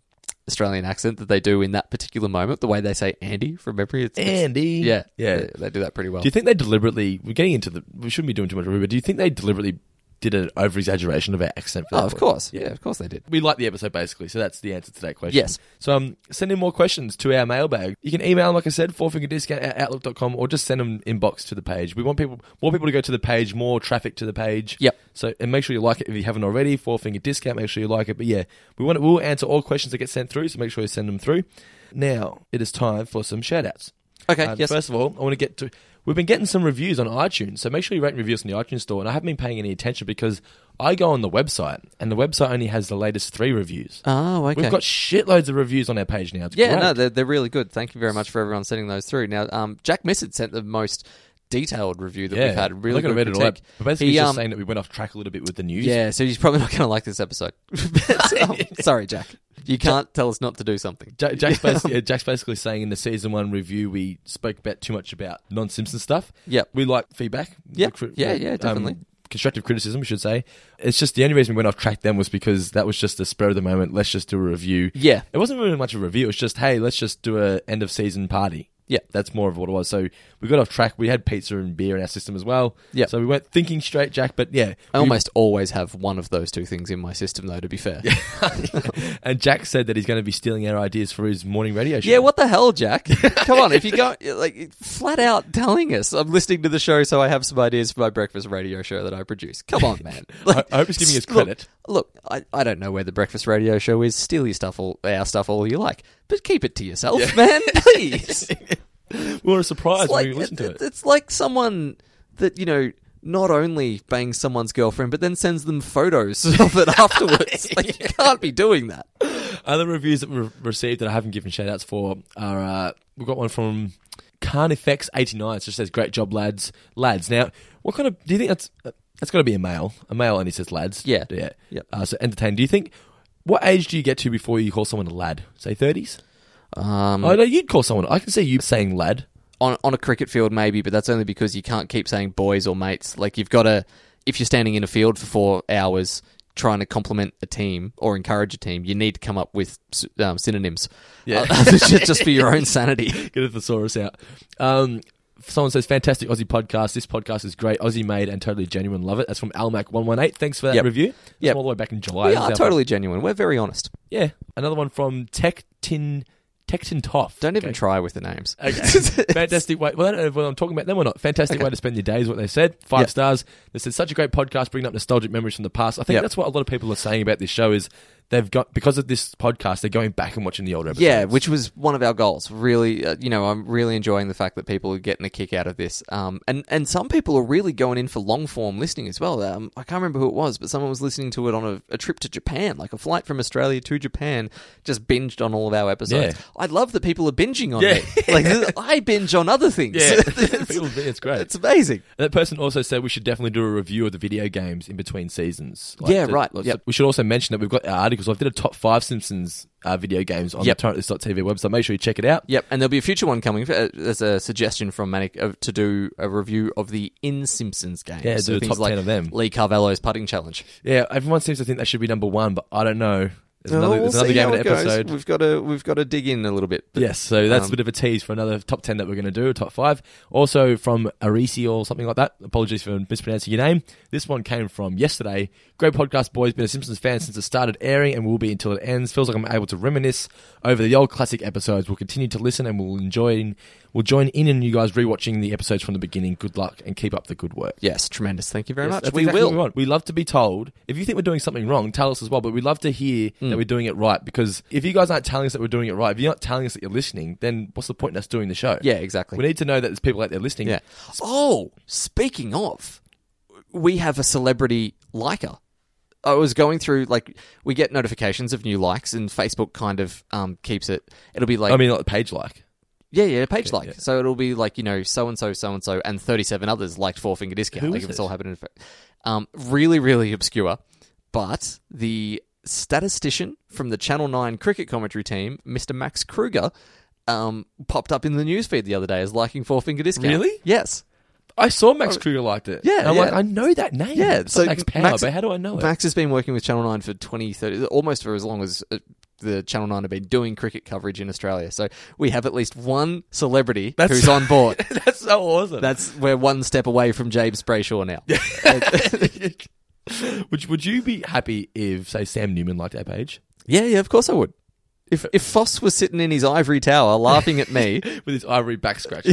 Speaker 1: Australian accent that they do in that particular moment. The way they say Andy from memory. It's, it's-
Speaker 2: Andy.
Speaker 1: yeah,
Speaker 2: yeah.
Speaker 1: they, they do that pretty well.
Speaker 2: Do you think they deliberately? We're getting into the. We shouldn't be doing too much review, but do you think they deliberately did an over exaggeration of our accent? For
Speaker 1: Oh,
Speaker 2: that
Speaker 1: of
Speaker 2: one?
Speaker 1: course. Yeah, of course they did.
Speaker 2: We like the episode basically, so that's the answer to that question.
Speaker 1: Yes.
Speaker 2: So um, send in more questions to our mailbag. You can email, 'em, like I said, fourfingerdiscount at outlook.com or just send them inbox to the page. We want people more people to go to the page, more traffic to the page.
Speaker 1: Yep.
Speaker 2: So and make sure you like it if you haven't already. Four finger discount, make sure you like it. But yeah, we want we'll answer all questions that get sent through, so make sure you send them through. Now it is time for some shout outs.
Speaker 1: Okay,
Speaker 2: Uh,
Speaker 1: yes.
Speaker 2: First of all, I want to get to. We've been getting some reviews on iTunes, so make sure you rate and review us on the iTunes store. And I haven't been paying any attention because I go on the website, and the website only has the latest three reviews.
Speaker 1: Oh, okay.
Speaker 2: We've got shitloads of reviews on our page now. It's
Speaker 1: Yeah,
Speaker 2: great.
Speaker 1: no, they're, they're really good. Thank you very much for everyone sending those through. Now, um, Jack Missett sent the most detailed review that we've had. Really
Speaker 2: I'm not going
Speaker 1: good
Speaker 2: to read it all out,
Speaker 1: critique.
Speaker 2: but basically
Speaker 1: He,
Speaker 2: it's
Speaker 1: um,
Speaker 2: just saying that we went off track a little bit with the news.
Speaker 1: Yeah, so he's probably not going to like this episode. But, um, sorry, Jack. You can't tell us not to do something.
Speaker 2: Ja- Jack's, basically, yeah, Jack's basically saying in the season one review we spoke about too much about non Simpson stuff.
Speaker 1: Yep.
Speaker 2: we like feedback.
Speaker 1: Yep.
Speaker 2: Cri- um,
Speaker 1: Yeah, yeah, definitely.
Speaker 2: constructive criticism, we should say. It's just the only reason we went off track then was because that was just the spur of the moment. Let's just do a review.
Speaker 1: Yeah.
Speaker 2: it wasn't really much of a review. It was just hey, let's just do a end of season party.
Speaker 1: Yeah.
Speaker 2: that's more of what it was. So we got off track. We had pizza and beer in our system as well.
Speaker 1: Yep.
Speaker 2: so we weren't thinking straight, Jack. But yeah,
Speaker 1: I
Speaker 2: we-
Speaker 1: almost always have one of those two things in my system, though, to be fair. Yeah,
Speaker 2: and Jack said that he's going to be stealing our ideas for his morning radio show.
Speaker 1: what the hell, Jack? Come on, if you go, like, flat out telling us, I'm listening to the show, so I have some ideas for my breakfast radio show that I produce. Come on, man.
Speaker 2: I, I hope he's giving us
Speaker 1: Look,
Speaker 2: credit.
Speaker 1: Look, I, I don't know where the breakfast radio show is. Steal your stuff, all our stuff, all you like, but keep it to yourself, man. Please.
Speaker 2: we were surprised
Speaker 1: it's like,
Speaker 2: when we listened to it.
Speaker 1: It's like someone that, you know, not only bangs someone's girlfriend, but then sends them photos of it afterwards. Like, you can't be doing that.
Speaker 2: Other reviews that we've received that I haven't given shout outs for are uh, we've got one from Carnifex89. It just says, Great job, lads. Lads. Now, what kind of. Do you think that's. uh, That's got to be a male. A male, and he says lads.
Speaker 1: Yeah.
Speaker 2: Yeah.
Speaker 1: Yep.
Speaker 2: Uh, so entertain. Do you think. What age do you get to before you call someone a lad? Say 30s?
Speaker 1: Um,
Speaker 2: Oh, no, you'd call someone. I can see you saying lad.
Speaker 1: on, on a cricket field, maybe, but that's only because you can't keep saying boys or mates. Like, you've got to, if you're standing in a field for four hours trying to compliment a team or encourage a team, you need to come up with s- um, synonyms.
Speaker 2: Yeah.
Speaker 1: Uh, just, just for your own sanity.
Speaker 2: Get a thesaurus out. Um, someone says, fantastic Aussie podcast. This podcast is great. Aussie made and totally genuine. Love it. That's from Almac118. Thanks for that
Speaker 1: Yep.
Speaker 2: review. That's
Speaker 1: Yep.
Speaker 2: from all the way back in July.
Speaker 1: We
Speaker 2: This is
Speaker 1: are
Speaker 2: our-
Speaker 1: totally genuine. We're very honest.
Speaker 2: Yeah. Another one from Tectin, Tectin Toff.
Speaker 1: Don't even
Speaker 2: Okay.
Speaker 1: try with the names.
Speaker 2: Okay. Fantastic way. Well, I don't know whether I'm talking about them or not. Fantastic way to spend your day is what they said. Five
Speaker 1: Yep.
Speaker 2: stars. They said such a great podcast, bringing up nostalgic memories from the past. I think
Speaker 1: Yep.
Speaker 2: that's what a lot of people are saying about this show is they've got because of this podcast, they're going back and watching the old episodes.
Speaker 1: Yeah, which was one of our goals. Really, uh, you know, I'm really enjoying the fact that people are getting a kick out of this. Um, and and some people are really going in for long form listening as well. Um, I can't remember who it was, but someone was listening to it on a, a trip to Japan, like a flight from Australia to Japan, just binged on all of our episodes.
Speaker 2: Yeah.
Speaker 1: I love that people are binging on
Speaker 2: Yeah.
Speaker 1: me. Like this- I binge on other things.
Speaker 2: yeah,
Speaker 1: it's,
Speaker 2: People think it's great.
Speaker 1: it's amazing.
Speaker 2: that person also said we should definitely do a review of the video games in between seasons.
Speaker 1: Yeah,
Speaker 2: the-
Speaker 1: right,
Speaker 2: like,
Speaker 1: yep.
Speaker 2: We should also mention that we've got our articles. I did a top five Simpsons uh, video games on
Speaker 1: Yep.
Speaker 2: the torrentlist.tv website. Make sure you check it out.
Speaker 1: Yep, and there'll be a future one coming uh, as a suggestion from Manic uh, to do a review of the in Simpsons games.
Speaker 2: Yeah, do the
Speaker 1: things
Speaker 2: top 10 of them.
Speaker 1: Lee Carvalho's putting challenge.
Speaker 2: Yeah, everyone seems to think they should be number one, but I don't know. There's another, there's another game in the episode.
Speaker 1: We've got to we've got to dig in a little bit. But-
Speaker 2: Yes, so that's a
Speaker 1: um,
Speaker 2: bit of a tease for another top 10 that we're going to do, top five. Also from Arisi or something like that. Apologies for mispronouncing your name. This one came from yesterday. Great podcast, boys. Been a Simpsons fan since it started airing and will be until it ends. Feels like I'm able to reminisce over the old classic episodes. We'll continue to listen and we'll enjoy, we'll join in and you guys rewatching the episodes from the beginning. Good luck and keep up the good work.
Speaker 1: Yes, tremendous. Thank you very
Speaker 2: Yes,
Speaker 1: much.
Speaker 2: that's
Speaker 1: we
Speaker 2: exactly what
Speaker 1: will.
Speaker 2: want. We love to be told. If you think we're doing something wrong, tell us as well. But we love to hear
Speaker 1: Hmm.
Speaker 2: that we're doing it right because if you guys aren't telling us that we're doing it right, if you're not telling us that you're listening, then what's the point in us doing the show?
Speaker 1: Yeah, exactly.
Speaker 2: We need to know that there's people out there listening.
Speaker 1: yeah. Oh, speaking of, we have a celebrity liker. I was going through like we get notifications of new likes, and Facebook kind of um, keeps it. It'll be like
Speaker 2: I mean, like the page like.
Speaker 1: Yeah, yeah, page like. So it'll be like you know, so and so, so and so, and thirty-seven others liked Four Finger Discount.
Speaker 2: Who
Speaker 1: like
Speaker 2: is
Speaker 1: if it's
Speaker 2: this?
Speaker 1: all happening, um, really, really obscure. But the statistician from the Channel Nine cricket commentary team, Mr. Max Kruger, um, popped up in the newsfeed the other day as liking Four Finger Discount.
Speaker 2: Really?
Speaker 1: Yes.
Speaker 2: I saw Max Kruger liked it.
Speaker 1: Oh, Yeah,
Speaker 2: And I'm
Speaker 1: yeah.
Speaker 2: like, I know that name.
Speaker 1: Yeah.
Speaker 2: It's not Max Power, but how do I know it?
Speaker 1: Max has been working with Channel Nine for 20, 30, almost for as long as. Uh, the Channel Nine have been doing cricket coverage in Australia, so we have at least one celebrity
Speaker 2: That's-
Speaker 1: who's on board.
Speaker 2: That's so awesome.
Speaker 1: That's we're one step away from James Brayshaw now.
Speaker 2: would would you be happy if say Sam Newman liked our page
Speaker 1: yeah, yeah, of course I would. If if Foss was sitting in his ivory tower laughing at me,
Speaker 2: with his ivory back scratch?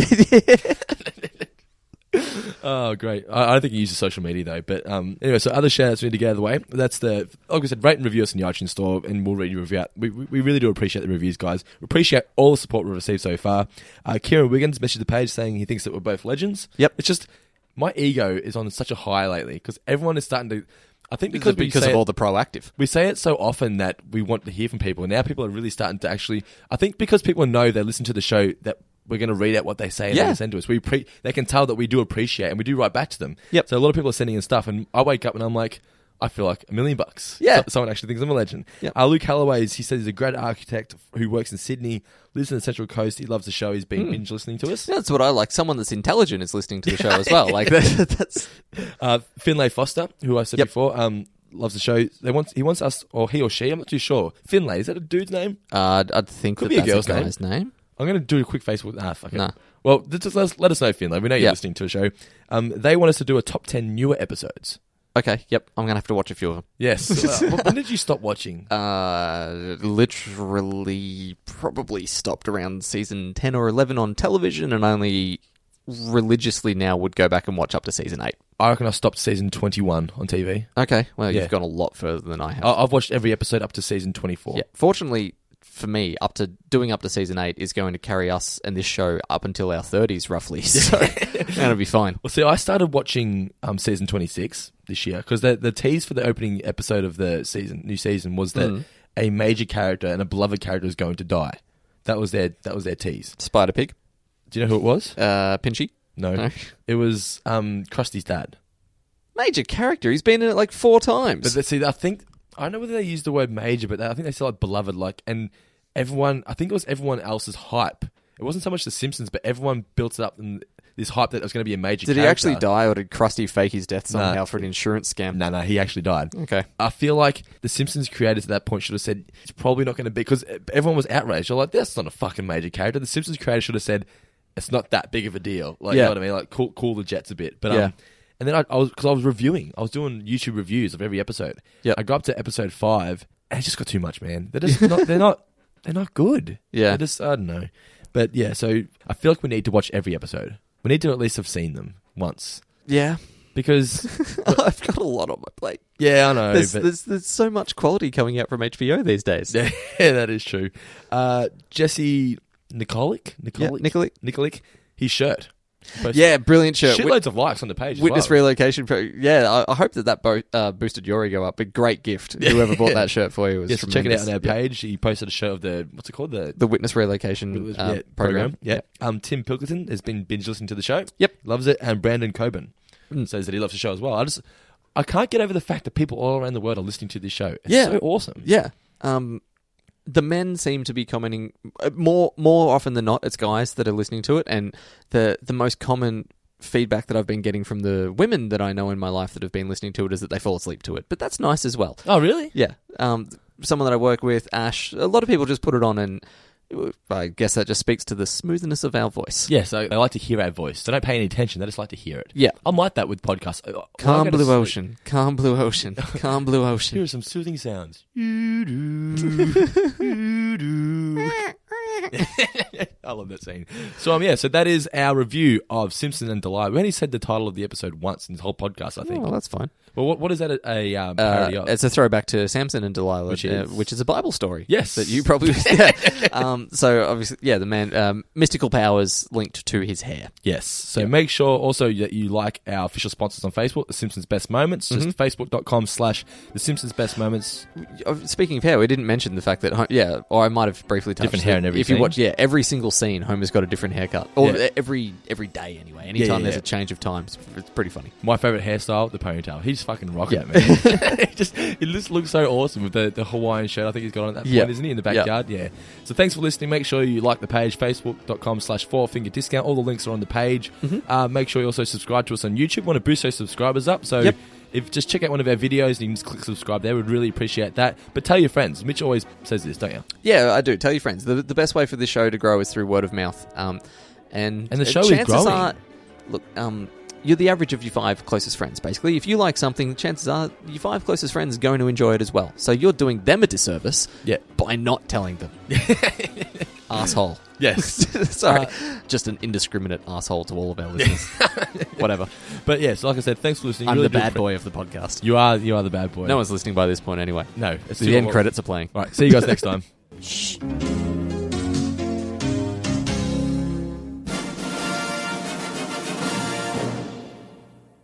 Speaker 2: Oh, great. I, I don't think he uses social media, though. But um, anyway, so other shout outs we need to get out of the way. That's the, like I said, rate and review us in the iTunes store, and we'll read your review out. We, we we really do appreciate the reviews, guys. We appreciate all the support we've received so far. Uh, Kieran Wiggins messaged the page saying he thinks that we're both legends.
Speaker 1: Yep.
Speaker 2: It's just, my ego is on such a high lately because everyone is starting to. I think
Speaker 1: because,
Speaker 2: because, we
Speaker 1: because
Speaker 2: say
Speaker 1: of all
Speaker 2: it-
Speaker 1: the proactive.
Speaker 2: we say it so often that we want to hear from people, and now people are really starting to actually. I think because people know they listen to the show that we're going to read out what they say and
Speaker 1: Yeah.
Speaker 2: they send to us. We pre- they can tell that we do appreciate and we do write back to them.
Speaker 1: Yep.
Speaker 2: So a lot of people are sending in stuff, and I wake up and I'm like. I feel like a million bucks.
Speaker 1: Yeah.
Speaker 2: So- someone actually thinks I'm a legend.
Speaker 1: Yep.
Speaker 2: Uh, Luke Halloway's, he says he's a great architect who works in Sydney, lives in the Central Coast. He loves the show. He's been
Speaker 1: Hmm.
Speaker 2: binge listening to us.
Speaker 1: That's what I like. Someone that's intelligent is listening to the show as well. Like that, that's
Speaker 2: Uh, Finlay Foster, who I said
Speaker 1: Yep.
Speaker 2: before, um, loves the show. They want he wants us or he or she. I'm not too sure. Finlay is that a dude's name?
Speaker 1: uh, I'd think
Speaker 2: Could
Speaker 1: that
Speaker 2: be a
Speaker 1: that's
Speaker 2: girl's
Speaker 1: a
Speaker 2: name.
Speaker 1: guy's name.
Speaker 2: I'm going to do a quick Facebook. Nah, fuck it.
Speaker 1: Nah.
Speaker 2: Well, th- just let us, let us know, Finlay. We know you're
Speaker 1: Yeah.
Speaker 2: listening to the show. Um, they want us to do a top ten newer episodes.
Speaker 1: Okay, yep. I'm gonna have to watch a few of them.
Speaker 2: Yes. Uh, when did you stop watching?
Speaker 1: Uh, literally, probably stopped around season ten or eleven on television, and only religiously now would go back and watch up to season eight.
Speaker 2: I reckon I stopped season 21 on TV.
Speaker 1: Okay, well,
Speaker 2: Yeah.
Speaker 1: you've gone a lot further than I have.
Speaker 2: I- I've watched every episode up to season 24.
Speaker 1: Yeah. Fortunately for me, up to doing up to season eight is going to carry us and this show up until our thirties roughly. So that'll be fine.
Speaker 2: Well, see, I started watching um, season 26 this year because the, the tease for the opening episode of the season, new season, was that
Speaker 1: Mm.
Speaker 2: a major character and a beloved character is going to die. That was their that was their tease.
Speaker 1: Spider Pig,
Speaker 2: Do you know who it was?
Speaker 1: uh, Pinchy,
Speaker 2: No,
Speaker 1: No.
Speaker 2: it was um, Krusty's dad.
Speaker 1: major character. He's been in it like four times.
Speaker 2: But they, see, I think I don't know whether they used the word major, but they, I think they said like beloved, like and everyone. I think it was everyone else's hype. It wasn't so much the Simpsons, but everyone built it up in this hype that it was going to be a major.
Speaker 1: did he
Speaker 2: character.
Speaker 1: actually die, or did Krusty fake his death somehow for an insurance scam?
Speaker 2: No, no, he actually died.
Speaker 1: Okay.
Speaker 2: I feel like the Simpsons creators at that point should have said it's probably not going to be because everyone was outraged. They're like, that's not a fucking major character. The Simpsons creators should have said it's not that big of a deal. Like, you
Speaker 1: Yeah.
Speaker 2: know what I mean? Like, cool, cool the Jets a bit. But
Speaker 1: Yeah.
Speaker 2: um, and then I, I was because I was reviewing, I was doing YouTube reviews of every episode.
Speaker 1: Yeah.
Speaker 2: I got up to episode five, and it just got too much, man. They're just not. They're not. They're not good.
Speaker 1: Yeah.
Speaker 2: They're just I don't know. But yeah, so I feel like we need to watch every episode. We need to at least have seen them once
Speaker 1: Yeah,
Speaker 2: because
Speaker 1: I've got a lot on my plate.
Speaker 2: yeah, I know.
Speaker 1: There's,
Speaker 2: but-
Speaker 1: there's, there's so much quality coming out from HBO these days.
Speaker 2: Yeah, that is true. Uh, Jesse Nikolic, Nikolic,
Speaker 1: Nikolic.
Speaker 2: Nikolic, his shirt. Posted
Speaker 1: Yeah, brilliant shirt. Wit-
Speaker 2: shitloads of likes on the page. as
Speaker 1: Witness
Speaker 2: well.
Speaker 1: relocation. Pro- yeah, I, I hope that that bo- uh, boosted your ego up. But great gift. Whoever bought that shirt for you was
Speaker 2: Yes, check it out
Speaker 1: tremendous.
Speaker 2: on our
Speaker 1: Yeah.
Speaker 2: page. He posted a shirt of the what's it called the.
Speaker 1: The witness relocation
Speaker 2: it was-
Speaker 1: uh,
Speaker 2: yeah,
Speaker 1: program.
Speaker 2: Yeah. Um, Tim Pilkington has been binge listening to the show.
Speaker 1: Yep. Hmm.
Speaker 2: Loves it. And Brandon Coben says that he loves the show as well. I just, I can't get over the fact that people all around the world are listening to this show. It's
Speaker 1: Yeah.
Speaker 2: so awesome.
Speaker 1: Yeah. Um, the men seem to be commenting uh, more more often than not. It's guys that are listening to it, and the the most common feedback that I've been getting from the women that I know in my life that have been listening to it is that they fall asleep to it. But that's nice as well.
Speaker 2: Oh, really?
Speaker 1: Yeah. Um, someone that I work with, Ash. A lot of people just put it on, and uh, I guess that just speaks to the smoothness of our voice.
Speaker 2: Yes, I, they like to hear our voice. They don't pay any attention. They just like to hear it.
Speaker 1: Yeah.
Speaker 2: I'm like that with podcasts. I- I- when I
Speaker 1: Calm
Speaker 2: go to
Speaker 1: blue
Speaker 2: sleep-
Speaker 1: ocean, calm blue ocean, calm blue
Speaker 2: Here
Speaker 1: ocean.
Speaker 2: are some soothing sounds. I love that scene. So um, yeah, so that is our review of Simpson and Delilah. We only said the title of the episode once in this whole podcast, I think.
Speaker 1: Well, Oh, that's fine.
Speaker 2: well, what, what is that a, a um,
Speaker 1: Uh,
Speaker 2: parody of?
Speaker 1: it's a throwback to Samson and Delilah,
Speaker 2: Which
Speaker 1: which is,
Speaker 2: is-
Speaker 1: uh, which is a Bible story.
Speaker 2: Yes.
Speaker 1: that you probably. Yeah. um, so obviously, yeah, the man um, mystical powers linked to his hair.
Speaker 2: Yes. So make sure also that you like our official sponsors on Facebook, The Simpsons Best Moments. Just
Speaker 1: Mm-hmm.
Speaker 2: facebook.com slash The Simpsons Best Moments.
Speaker 1: Uh, Speaking of hair, we didn't mention the fact that Ho- yeah, or I might have briefly touched
Speaker 2: Different hair
Speaker 1: that
Speaker 2: in every
Speaker 1: If you
Speaker 2: scene.
Speaker 1: watch, yeah, every single scene, Homer's got a different haircut, or
Speaker 2: Yeah.
Speaker 1: every every day anyway.
Speaker 2: yeah,
Speaker 1: Anytime there's
Speaker 2: yeah.
Speaker 1: a change of times, it's pretty funny.
Speaker 2: My favorite hairstyle, the ponytail. He's fucking rocking it, man. he just he just looks so awesome with the, the Hawaiian shirt. I think he's got on at that point,
Speaker 1: Yeah.
Speaker 2: isn't he? In the
Speaker 1: Yeah.
Speaker 2: backyard, yeah. So thanks for listening. Make sure you like the page, facebook.com slash four finger discount. All the links are on the page.
Speaker 1: Mm-hmm.
Speaker 2: Uh, make sure you also subscribe to us on YouTube. want to boost those subscribers up. So
Speaker 1: Yep.
Speaker 2: if just check out one of our videos and you can just click subscribe there, we'd really appreciate that. But tell your friends. Mitch always says this, don't you?
Speaker 1: Yeah, I do. Tell your friends. The, the best way for this show to grow is through word of mouth. Um, and,
Speaker 2: And the
Speaker 1: uh,
Speaker 2: show is
Speaker 1: chances
Speaker 2: growing.
Speaker 1: Are, look, um, you're the average of your five closest friends, basically. If you like something, chances are your five closest friends are going to enjoy it as well. So you're doing them a disservice
Speaker 2: Yeah.
Speaker 1: by not telling them. Asshole.
Speaker 2: Yes.
Speaker 1: Sorry. Uh, just an indiscriminate asshole to all of our listeners. Whatever.
Speaker 2: But yes, like I said, thanks for listening.
Speaker 1: I'm
Speaker 2: Really
Speaker 1: the
Speaker 2: do
Speaker 1: bad
Speaker 2: appre-
Speaker 1: boy of the podcast.
Speaker 2: You are you are the bad boy.
Speaker 1: No one's listening by this point anyway.
Speaker 2: No, it's
Speaker 1: The
Speaker 2: too-
Speaker 1: end credits are playing.
Speaker 2: All right, see you guys next time.
Speaker 5: Shh.